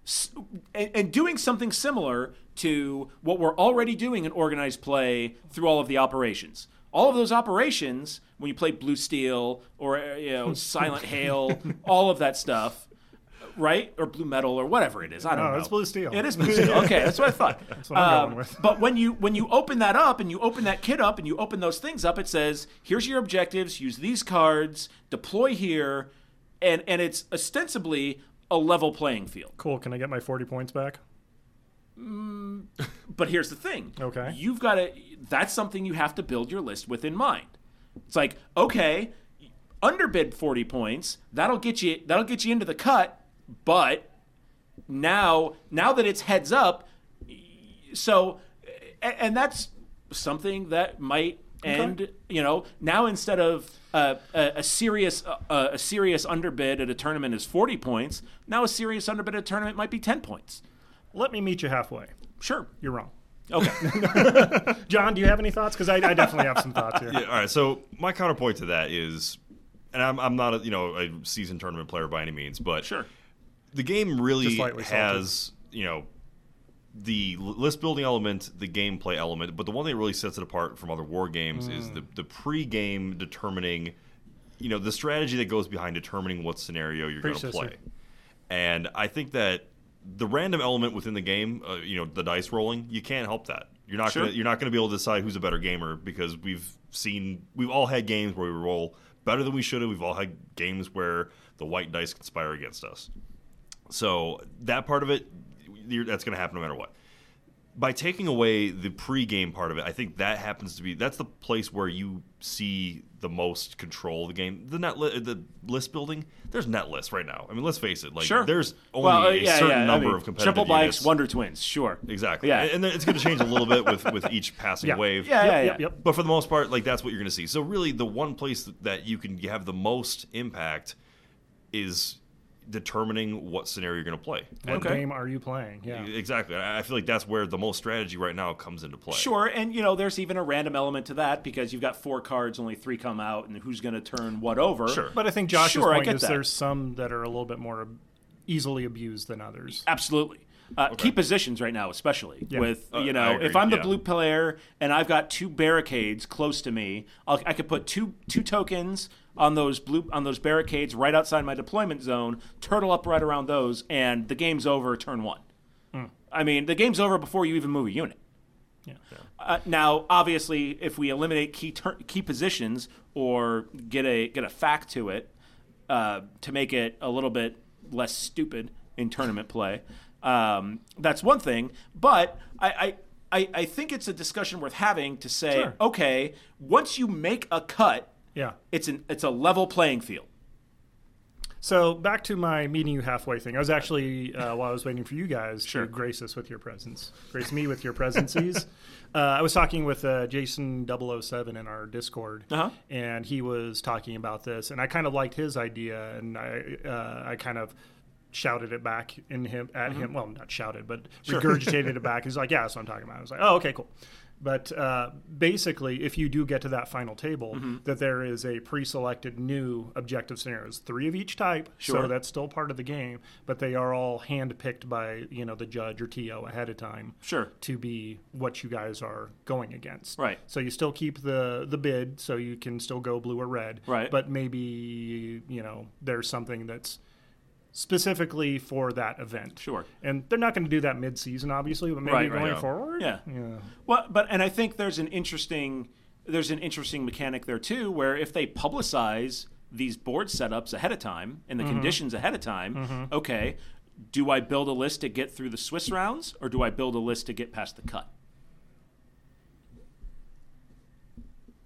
G: S- And, and doing something similar to what we're already doing in organized play through all of the operations. All of those operations, when you play Blue Steel or uh, you
H: [LAUGHS]
G: know Silent Hail, all of that stuff, right? Or Blue Metal or whatever it is. I don't
H: No,
G: know.
H: it's Blue Steel. [LAUGHS]
G: It is Blue Steel. [LAUGHS] Okay, that's what I thought. that's
H: what I'm going with.
G: but when you when you open that up and you open that kit up and you open those things up, it says, "Here's your objectives. Use these cards. Deploy here," and and it's ostensibly a level playing field.
H: Cool. Can I get my 40 points back?
G: But here's the thing.
H: Okay.
G: You've got to. That's something you have to build your list with in mind. It's like okay, underbid forty points. That'll get you. That'll get you into the cut. But now, now that it's heads up, so a- and that's something that might end. You know, now instead of uh, a, a serious uh, a serious underbid at a tournament is forty points. Now a serious underbid at a tournament might be ten points.
H: Let me meet you halfway.
G: Sure.
H: You're wrong.
G: Okay.
H: John, do you have any thoughts? Because I, I definitely have some thoughts here.
F: Yeah, all right. So my counterpoint to that is, and I'm, I'm not a you know a seasoned tournament player by any means, but
G: sure.
F: the game really
H: Just lightly
F: has you know the l- list building element, the gameplay element, but the one thing that really sets it apart from other war games is the
H: Mm.
F: the pre-game determining, you know, the strategy that goes behind determining what scenario you're going
H: Preach
F: to
H: this,
F: play.
H: sir.
F: And I think that the random element within the game, uh, you know, the dice rolling, you can't help that. You're not
G: Sure.
F: gonna, you're not going to be able to decide who's a better gamer because we've seen we've all had games where we roll better than we should have. We've all had games where the white dice conspire against us. So that part of it, you're, that's going to happen no matter what. By taking away the pre-game part of it, I think that happens to be that's the place where you see the most control of the game. The net li- the list building, there's net lists right now. I mean, let's face it, like
G: Sure.
F: there's only
G: Well, uh,
F: a
G: yeah,
F: certain
G: yeah, I
F: number
G: mean,
F: of competitive
G: triple bikes,
F: units.
G: Wonder Twins. Sure,
F: exactly,
G: Yeah,
F: and, and then it's going to change a little bit with with each passing
H: Yeah.
F: wave.
G: yeah, yeah,
H: Yep,
G: yeah.
H: yep.
F: But for the most part, like that's what you're going to see. So really, the one place that you can have the most impact is determining what scenario you're going to play.
H: What
G: Okay.
H: game are you playing? Yeah.
F: Exactly. I I feel like that's where the most strategy right now comes into play.
G: Sure, and you know, there's even a random element to that because you've got four cards, only three come out, and who's going to turn what over?
F: Sure.
H: But I think Josh's
G: Sure, I
H: point
G: get
H: is
G: that.
H: there's some that are a little bit more ab- easily abused than others.
G: Absolutely. Uh, Key positions right now, especially
H: Yeah.
G: with
F: Uh,
G: you
F: I
G: know,
F: agree,
G: if I'm the
F: yeah.
G: blue player and I've got two barricades close to me, I'll, I could put two two tokens on those blue on those barricades right outside my deployment zone, turtle up right around those, and the game's over turn one.
F: Hmm.
G: I mean, the game's over before you even move a unit. Uh, now, obviously, if we eliminate key tur key positions or get a get a fact to it uh, to make it a little bit less stupid in tournament play, um, that's one thing. But I, I I I think it's a discussion worth having to say,
H: Sure.
G: okay, once you make a cut,
H: Yeah.
G: it's an it's a level playing field.
H: So back to my meeting you halfway thing. I was actually uh, while I was waiting for you guys to grace us with your presence, grace me with your presences. [LAUGHS] uh, I was talking with uh, Jason 007 in our Discord,
G: Uh-huh.
H: and he was talking about this, and I kind of liked his idea, and I uh, I kind of shouted it back in him at
G: Mm-hmm.
H: him. Well, not shouted, but regurgitated
G: [LAUGHS]
H: it back. He's like, "Yeah, that's what I'm talking about." I was like, "Oh, okay, cool." But uh, basically, if you do get to that final table,
G: Mm-hmm.
H: that there is a pre-selected new objective scenarios, three of each type.
G: Sure.
H: So that's still part of the game, but they are all handpicked by you know the judge or TO ahead of time.
G: Sure.
H: To be what you guys are going against.
G: Right.
H: So you still keep the the bid, so you can still go blue or red.
G: Right.
H: But maybe you know there's something that's specifically for that event.
G: Sure.
H: And they're not going to do that mid season, obviously, but maybe
G: Right, right,
H: going
F: yeah.
H: forward.
G: Yeah. Well, but and I think there's an interesting there's an interesting mechanic there too, where if they publicize these board setups ahead of time and the
H: Mm-hmm.
G: conditions ahead of time, okay, do I build a list to get through the Swiss rounds, or do I build a list to get past the cut?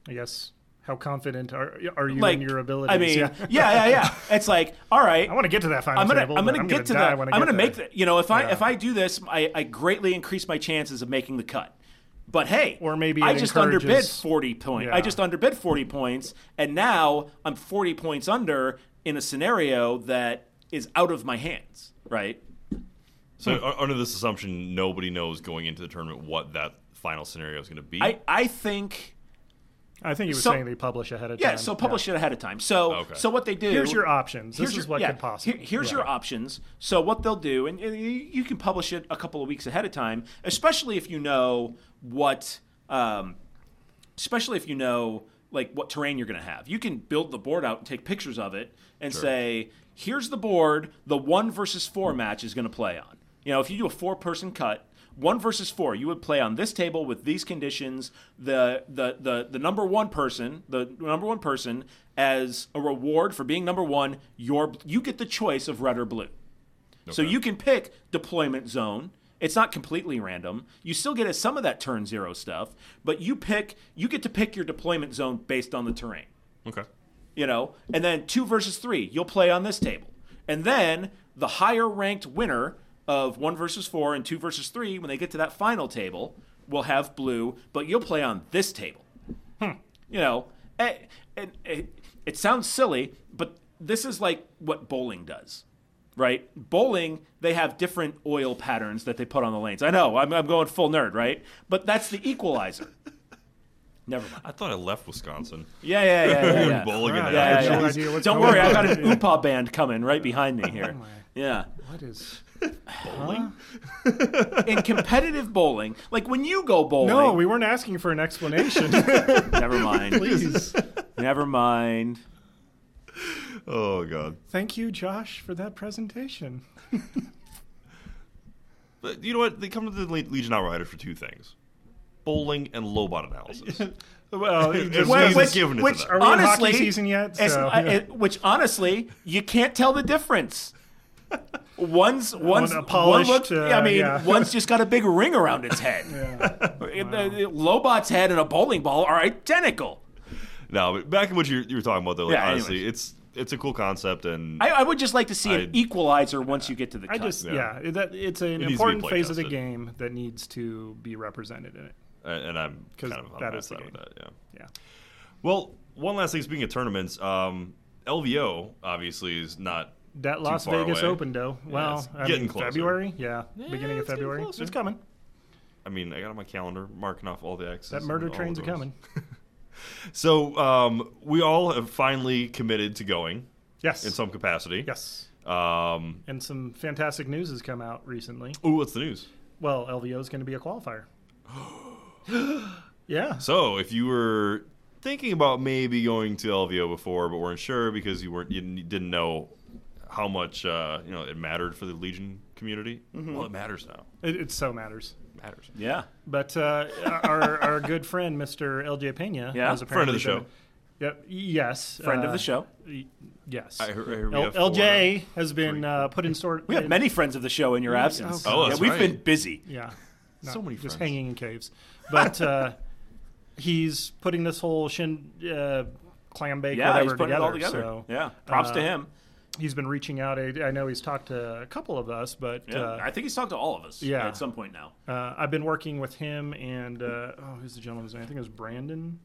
H: I guess. How confident are are you in your abilities?
G: I mean,
H: yeah.
G: yeah, yeah, yeah. It's like, all right,
H: [LAUGHS] I want to get to that final
G: I'm gonna,
H: table.
G: I'm
H: but
G: gonna get to
H: die
G: that.
H: when I
G: I'm
H: get
G: gonna
H: there.
G: make that. You know, if I
H: Yeah.
G: if I do this, I, I greatly increase my chances of making the cut. But hey,
H: Or maybe
G: I
H: it
G: just
H: encourages-
G: underbid forty points. I
H: Yeah.
G: just underbid forty points, and now I'm forty points under in a scenario that is out of my hands. Right?
F: So u- under this assumption, nobody knows going into the tournament what that final scenario is going to be.
G: I I think
H: I think he was
G: So-
H: saying they publish ahead of
G: Yeah,
H: time.
G: so publish it ahead of time. So
F: Okay.
G: so what they do
H: Here's your options. This
G: here's your-
H: is what
G: yeah,
H: could possibly.
G: here- here's
H: yeah. Oh
G: your options. So what they'll do, and, and you you can publish it a couple of weeks ahead of time, especially if you know what, um, especially if you know like what terrain you're going to have. You can build the board out and take pictures of it and say, here's the board. The one versus four match is going to play on. You know, if you do a four person cut. One versus four, you would play on this table with these conditions. The, the the the number one person, the number one person, as a reward for being number one, your you get the choice of red or blue. So you can pick deployment zone. It's not completely random. You still get some of that turn zero stuff, but you pick you get to pick your deployment zone based on the terrain.
F: Okay.
G: You know, and then two versus three, you'll play on this table. And then the higher ranked winner of one versus four and two versus three, when they get to that final table, will have blue, but you'll play on this table. You know, eh, eh, eh, it sounds silly, but this is like what bowling does right? Bowling, they have different oil patterns that they put on the lanes. I know, I'm, I'm going full nerd, right? But that's the equalizer. Never mind.
F: I thought I left
G: [LAUGHS]
F: Wisconsin.
G: Yeah, yeah, yeah, yeah. yeah.
F: Bowling
H: Right.
F: and
G: Yeah,
H: I
G: yeah,
H: have no
G: yeah.
H: idea what's
G: Don't
H: going
G: worry,
H: on.
G: I've got an oompa band coming right behind me
H: [LAUGHS]
G: here. Yeah.
H: What is?
G: In competitive bowling, like when you go bowling,
H: No, we weren't asking for
G: [LAUGHS]
H: an explanation. [LAUGHS]
G: never mind.
H: Please,
G: never mind.
F: [LAUGHS] Oh god.
H: thank you, Josh, for that presentation.
F: But you know what? They come to the Le- Legion Outrider for two things: bowling and Lobot analysis.
H: [LAUGHS] Well,
F: Just
G: Well,
F: he's
G: which-
F: giving it to
G: which
F: them.
H: are we in
G: honestly,
H: hockey season yet?
G: as-
H: So,
G: uh,
H: yeah.
G: it- which honestly, you can't tell the difference. One's one's
H: a
G: one look-
H: polished,
G: I
H: uh,
G: mean,
H: yeah.
G: one's just got a big ring around its
H: [LAUGHS]
G: head. The- the Lobot's head and a bowling ball are identical.
F: no, but back in what you, you were talking about though, like,
G: Yeah,
F: honestly,
G: anyways.
F: it's it's a cool concept, and
G: I, I would just like to see
F: I-
G: an equalizer once you get to the.
H: [LAUGHS] I
G: cut.
H: just
F: Yeah.
H: yeah, that it's an
F: needs to be
H: important
F: play
H: phase of the
F: tested.
H: game that needs to be represented in it.
F: and I'm
H: 'Cause
F: kind of on
H: that
F: that
H: is the
F: side with
H: game.
F: that. Yeah.
H: Yeah.
F: Well, one last thing. Speaking of tournaments, um, LVO obviously is not
H: That
F: too
H: Las
F: far
H: Vegas
F: away.
H: Open, though.
F: it's
H: Well, I
F: getting
H: mean,
F: closer.
H: February, yeah, beginning of
F: it's getting
H: February,
F: closer.
H: it's coming.
F: I mean, I got on my calendar marking off all the X's.
H: That
F: and
H: murder
F: all the
H: train's a
F: doors.
H: coming.
F: So um, we all have finally committed to going
H: Yes.
F: in some capacity.
H: yes.
F: Um,
H: And some fantastic news has come out recently.
F: ooh, what's the news?
H: Well, LVO is going to be a qualifier. [GASPS] yeah.
F: So if you were thinking about maybe going to LVO before, but weren't sure because you weren't you didn't know how much uh, you know it mattered for the Legion community. Well, it matters now.
H: It, it so matters.
F: It matters.
G: yeah.
H: But uh, [LAUGHS] our our good friend Mr. LJ Pena
G: Yeah.
H: has
F: Friend of
H: apparently
F: the show.
H: been- Yep. Yes.
G: Friend of
H: uh,
G: the show.
H: y- Yes.
F: I heard- I heard we
H: L-
F: have four
H: LJ has been uh, put in sort.
G: We have many friends of the show in your absence.
F: Oh, that's
G: yeah, we've
F: right.
G: been busy.
H: Yeah.
F: So many
H: Just
F: friends.
H: hanging in caves. But uh, [LAUGHS] he's putting this whole shin uh, clam bake
G: Yeah,
H: whatever
G: he's putting
H: together.
G: it all together.
H: So
G: yeah, props to
H: uh,
G: him.
H: He's been reaching out. I, I know he's talked to a couple of us, but
G: Yeah,
H: uh,
G: I think he's talked to all of us.
H: yeah.
G: at some point now.
H: uh, I've been working with him and uh, oh, who's the gentleman's name? I think it was Brandon.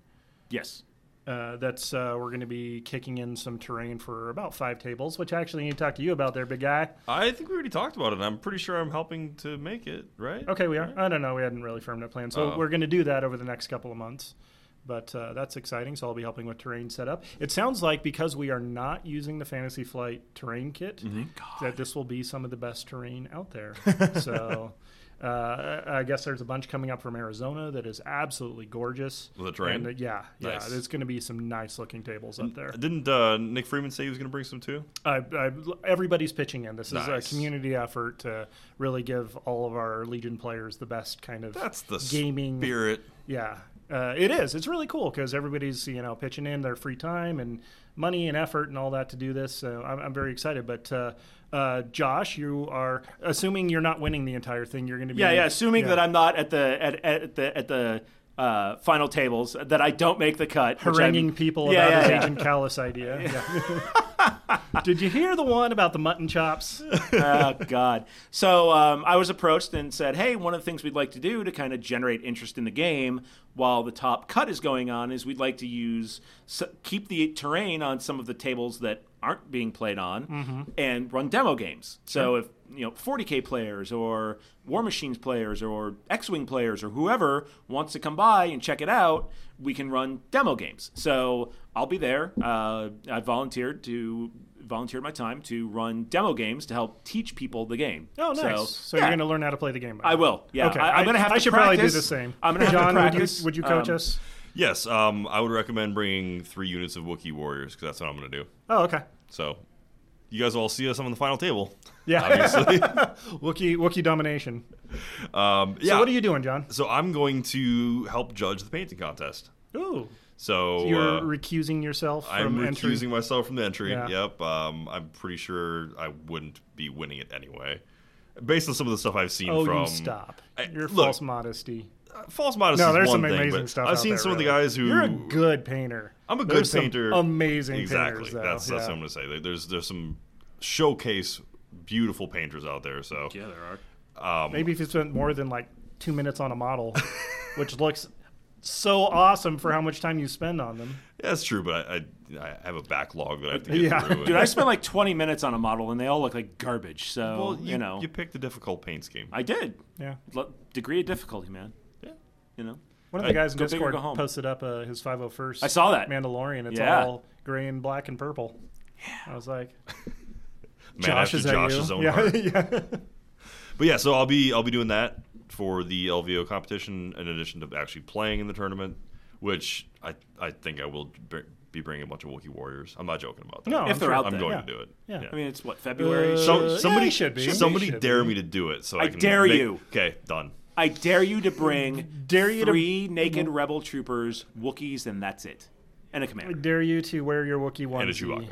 G: Yes.
H: Uh, that's uh, we're going to be kicking in some terrain for about five tables, which I actually need to talk to you about there, big guy.
F: I think we already talked about it. I'm pretty sure I'm helping to make it, right?
H: Okay, we are. I don't know. We hadn't really firmed up plans, so we're going to do that over the next couple of months. But uh, that's exciting. So I'll be helping with terrain setup. It sounds like because we are not using the Fantasy Flight terrain kit,
F: Mm-hmm.
H: that this will be some of the best terrain
F: [LAUGHS]
H: out there. so uh, I- I guess there's a bunch coming up from Arizona that is absolutely gorgeous.
F: With the terrain?
H: And, uh, yeah,
F: Nice.
H: yeah. There's going to be some nice looking tables up there.
F: Didn't uh, Nick Freeman say he was going to bring some too?
H: I, I, everybody's pitching in. This is
F: Nice.
H: a community effort to really give all of our Legion players the best kind of
F: That's the
H: gaming
F: spirit.
H: Yeah, uh, it is. It's really cool because everybody's you know pitching in their free time and money and effort and all that to do this. So I'm, I'm very excited. But uh, uh, Josh, you are assuming you're not winning the entire thing. You're going to be
G: Yeah, yeah. Assuming
H: yeah.
G: that I'm not at the at, at the at the uh, final tables, that I don't make the cut. which I'm-
H: haranguing people
G: Yeah,
H: about
G: yeah,
H: his
G: yeah.
H: Agent
G: [LAUGHS]
H: Callus idea. Yeah. [LAUGHS] Did you hear the one about the
G: [LAUGHS]
H: mutton chops?
G: oh god so um, i was approached and said hey one of the things we'd like to do to kind of generate interest in the game while the top cut is going on is we'd like to use s keep the terrain on some of the tables that aren't being played on and run demo games. So if you know 40k players or War Machines players or X-wing players or whoever wants to come by and check it out, we can run demo games. So I'll be there. Uh, I volunteered to volunteered my time to run demo games to help teach people the game.
H: Oh, nice. So, you're
G: yeah.
H: going to learn how to play the game. by
G: I
H: then.
G: will. Yeah.
H: Okay.
G: I, am going to have to
H: I should
G: practice.
H: probably do the same.
G: I'm going to have
H: John,
G: to practice.
H: Would you, would you coach
G: Um,
H: us?
F: Yes, um, I would recommend bringing three units of Wookiee warriors because that's what I'm going to do.
H: Oh, okay.
F: So, you guys all see us on the final table.
H: [LAUGHS] Yeah.
F: Obviously.
H: Wookie Wookiee domination.
F: um, yeah.
H: So what are you doing, John?
F: So I'm going to help judge the painting contest.
H: Ooh.
F: So,
H: You're
F: uh,
H: recusing yourself
F: I'm
H: from entry.
F: recusing myself from the entry.
H: Yeah.
F: Yep. Um, I'm pretty sure I wouldn't be winning it anyway, based on some of the stuff I've seen.
H: oh,
F: from
H: you stop.
F: I-
H: Your
F: look,
H: false modesty.
F: False modesty.
H: No,
F: is
H: there's
F: one
H: some
F: thing,
H: amazing
F: but
H: stuff.
F: I've
H: out
F: seen
H: there,
F: some
H: really.
F: of the guys who
H: You're a good painter.
F: I'm a good
H: There's some
F: painter.
H: amazing
F: exactly.
H: painters, though.
F: that's that's
H: yeah.
F: what I'm gonna say. There- There's there's some showcase beautiful painters out there. So
G: Yeah, there are.
H: Maybe if you spent more than like two minutes on
F: [LAUGHS]
H: a model, which looks so awesome for how much time you spend on them.
F: Yeah, that's true. But I, I I have a backlog that I have
H: [LAUGHS]
F: to get
H: Yeah.
F: through. and-
G: Dude, I spent like 20 minutes on a model and they all look like garbage. So,
F: well,
G: you, know,
F: you picked a difficult paint scheme.
G: I did.
H: Yeah.
G: Lo- degree of difficulty, man. Yeah. You know?
H: One of the guys in
G: Go big or
H: Discord
G: go home.
H: posted up uh, his 501st.
G: I saw that.
H: Mandalorian. It's
G: Yeah.
H: all gray and black and purple. I was like,
F: Man
H: Josh
F: after
H: is that
F: Josh's
H: you?
F: own
H: yeah,
F: heart.
H: [LAUGHS] yeah.
F: But yeah, so I'll be I'll be doing that for the LVO competition in addition to actually playing in the tournament, which I I think I will br- be bringing a bunch of Wookiee warriors. I'm not joking about that.
H: No,
G: If
H: I'm
G: they're
H: sure.
G: out
F: I'm
G: there.
F: going
H: Yeah.
F: to do it.
H: Yeah.
G: I mean, it's what, February?
H: Uh,
F: So
H: yeah,
F: somebody
H: he should be.
F: somebody
H: He should
F: dare
H: be.
F: me to do it. So I,
G: I
F: can
G: dare
F: make-
G: you.
F: Okay, done.
G: I dare you to bring
H: Dare you to-
G: three naked rebel troopers, Wookiees, and that's it. And a commander.
H: Dare you to wear your Wookiee onesie.
F: And a Chewbacca.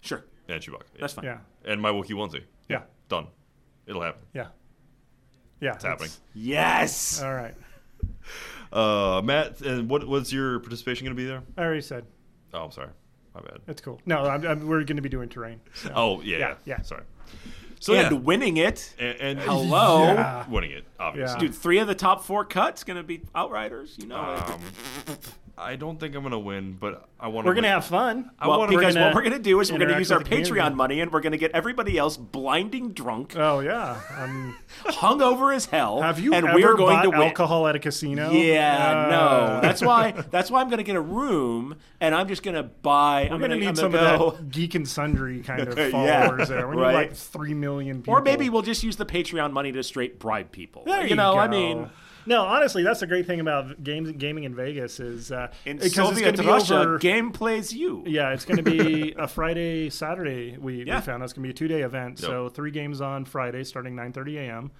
G: Sure.
F: And Chewbacca. yeah.
G: That's fine.
H: Yeah,
F: And my Wookiee onesie.
H: yeah,
F: Done. It'll happen.
H: yeah, yeah. It's
F: happening.
G: Yes.
H: All right.
F: Uh, Matt, and what what's your participation going to be there?
H: I already said
F: Oh, I'm sorry. My bad.
H: it's cool. No, I'm, I'm, we're going to be doing terrain. So.
F: Oh yeah, yeah,
H: yeah.
F: Sorry. So
G: and
F: yeah,
G: winning it.
F: and, and
H: [LAUGHS]
G: Hello.
H: Yeah.
F: winning it obviously.
H: Yeah.
G: Dude, three of the top four cuts going to be Outriders. You know it.
H: Um,
F: I don't think I'm gonna win, but I want.
H: We're going to have fun.
F: I
G: Well,
F: wanna-
G: because
H: gonna
G: what we're going to do is we're going to
H: interact
G: use
H: with
G: our
H: the community.
G: Patreon money and we're going to get everybody else blinding drunk,
H: Oh yeah.
G: [LAUGHS]
H: Um,
G: hung over as hell.
H: have you
G: and
H: ever
G: we're going
H: bought
G: to win.
H: alcohol at a casino?
G: Yeah,
H: Uh,
G: no. That's why. That's why I'm going to get a room and I'm just going to buy. I'm
H: We're
G: going to
H: gonna need
G: I'm
H: some
G: gonna go,
H: of that [LAUGHS] geek and sundry kind of
G: [LAUGHS] Yeah,
H: followers there. We need
G: right.
H: like three million people.
G: Or maybe we'll just use the Patreon money to straight bribe people.
H: There
G: you know, I
H: go.
G: mean,
H: no. Honestly, that's the great thing about games, gaming in Vegas is uh,
G: in
H: because
G: Soviet
H: it's gonna
G: Russia,
H: be over,
G: game plays you.
H: Yeah, it's going
G: [LAUGHS]
H: to be a Friday, Saturday. We,
G: Yeah.
H: we found that's going to be a two day event.
F: Yep.
H: So three games on Friday, starting nine thirty a.m.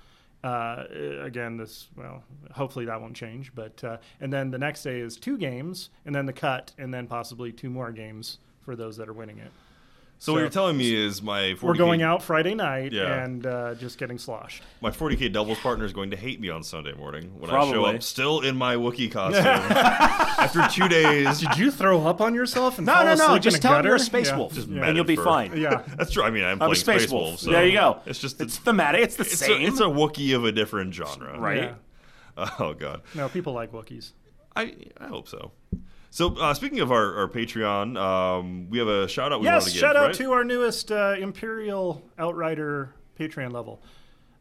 H: Uh, again, this well, hopefully that won't change. But uh, and then the next day is two games, and then the cut, and then possibly two more games for those that are winning it.
F: So, what you're telling me is my 40K,
H: We're going out Friday night
F: Yeah.
H: and uh, just getting sloshed.
F: My 40k doubles partner is going to hate me on Sunday morning when I show
G: Probably.
F: up still in my Wookiee
H: [LAUGHS]
F: costume after two days.
H: Did you throw up on yourself and
G: No,
H: fall
G: no, no.
H: asleep in
G: Just
H: a
G: tell them
H: gutter?
G: you're a space
H: yeah.
G: wolf,
F: mad
G: and you'll
F: at
G: be
F: Fur.
G: fine.
H: Yeah,
F: [LAUGHS] That's true. I mean, I'm
G: I'm
F: playing
G: a space, wolf.
F: so
G: there you go.
F: It's just
G: it's thematic. It's the
F: it's a,
G: same.
F: it's a Wookiee of a different genre,
G: right.
H: Yeah.
F: [LAUGHS] Oh god.
H: no, people like Wookiees.
F: I I hope so. So uh, speaking of our, our Patreon, um, we have a shout out. We
H: Yes,
F: wanted to
H: shout
F: give,
H: out
F: right?
H: to our newest uh, Imperial Outrider Patreon level.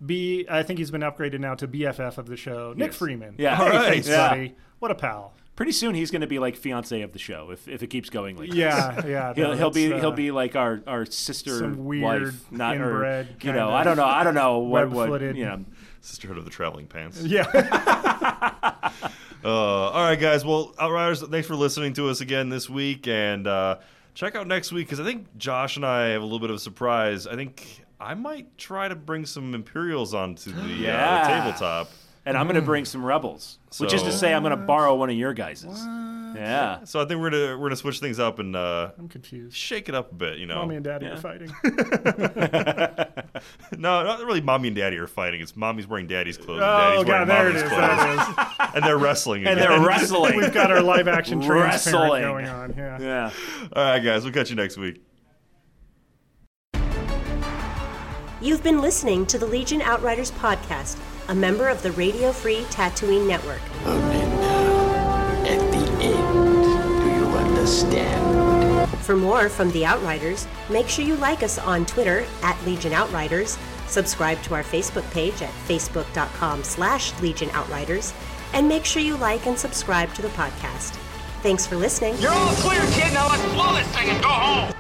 H: B, I think he's been upgraded now to BFF of the show, Nick Freeman.
G: Yeah.
H: hey,
G: All
F: right.
H: thanks,
G: Yeah.
H: buddy. What a pal.
G: Pretty soon he's going to be like fiance of the show if, if it keeps going like
H: [LAUGHS] Yeah, yeah.
G: [LAUGHS] He'll,
H: no,
G: he'll be
H: that's, uh,
G: he'll be like our, our sister
H: some weird
G: wife, not
H: inbred
G: her. You
H: kind
G: know,
H: of
G: I don't know. I don't know what what
H: web-footed.
G: you know.
F: Sisterhood of the Traveling Pants.
H: [LAUGHS] Yeah.
F: Uh, all right, guys. Well, Outriders, thanks for listening to us again this week, and uh, check out next week because I think Josh and I have a little bit of a surprise. I think I might try to bring some Imperials onto the, uh,
G: Yeah.
F: the tabletop.
G: And I'm going to bring some rebels, which is to
F: So-
G: say, I'm going to borrow one of your guys's. Yeah.
F: So I think we're gonna we're gonna switch things up and uh,
G: [LAUGHS]
H: I'm confused.
F: shake it up a bit. You know,
H: Mommy and daddy are
G: Yeah.
H: fighting.
F: no, not really. Mommy and daddy are fighting. It's mommy's wearing daddy's clothes.
H: oh,
F: and daddy's wearing
H: God, there it
F: mommy's
H: is.
F: clothes,
H: There it is.
F: and they're wrestling.
G: And
F: again.
G: [LAUGHS] they're wrestling.
H: [LAUGHS] We've got our
G: [LAUGHS]
H: live action transparent
G: Wrestling.
H: going on. Yeah.
G: yeah.
F: [LAUGHS] all right, guys. We'll catch you next week.
A: You've been listening to the Legion Outriders podcast, a member of the Radio Free Tatooine Network.
B: Only now, at the end, do you understand?
A: For more from The Outriders, make sure you like us on Twitter at Legion Outriders, subscribe to our Facebook page at facebook.com slash Legion Outriders, and make sure you like and subscribe to the podcast. Thanks for listening.
I: You're all clear, kid. Now let's blow this thing and go home.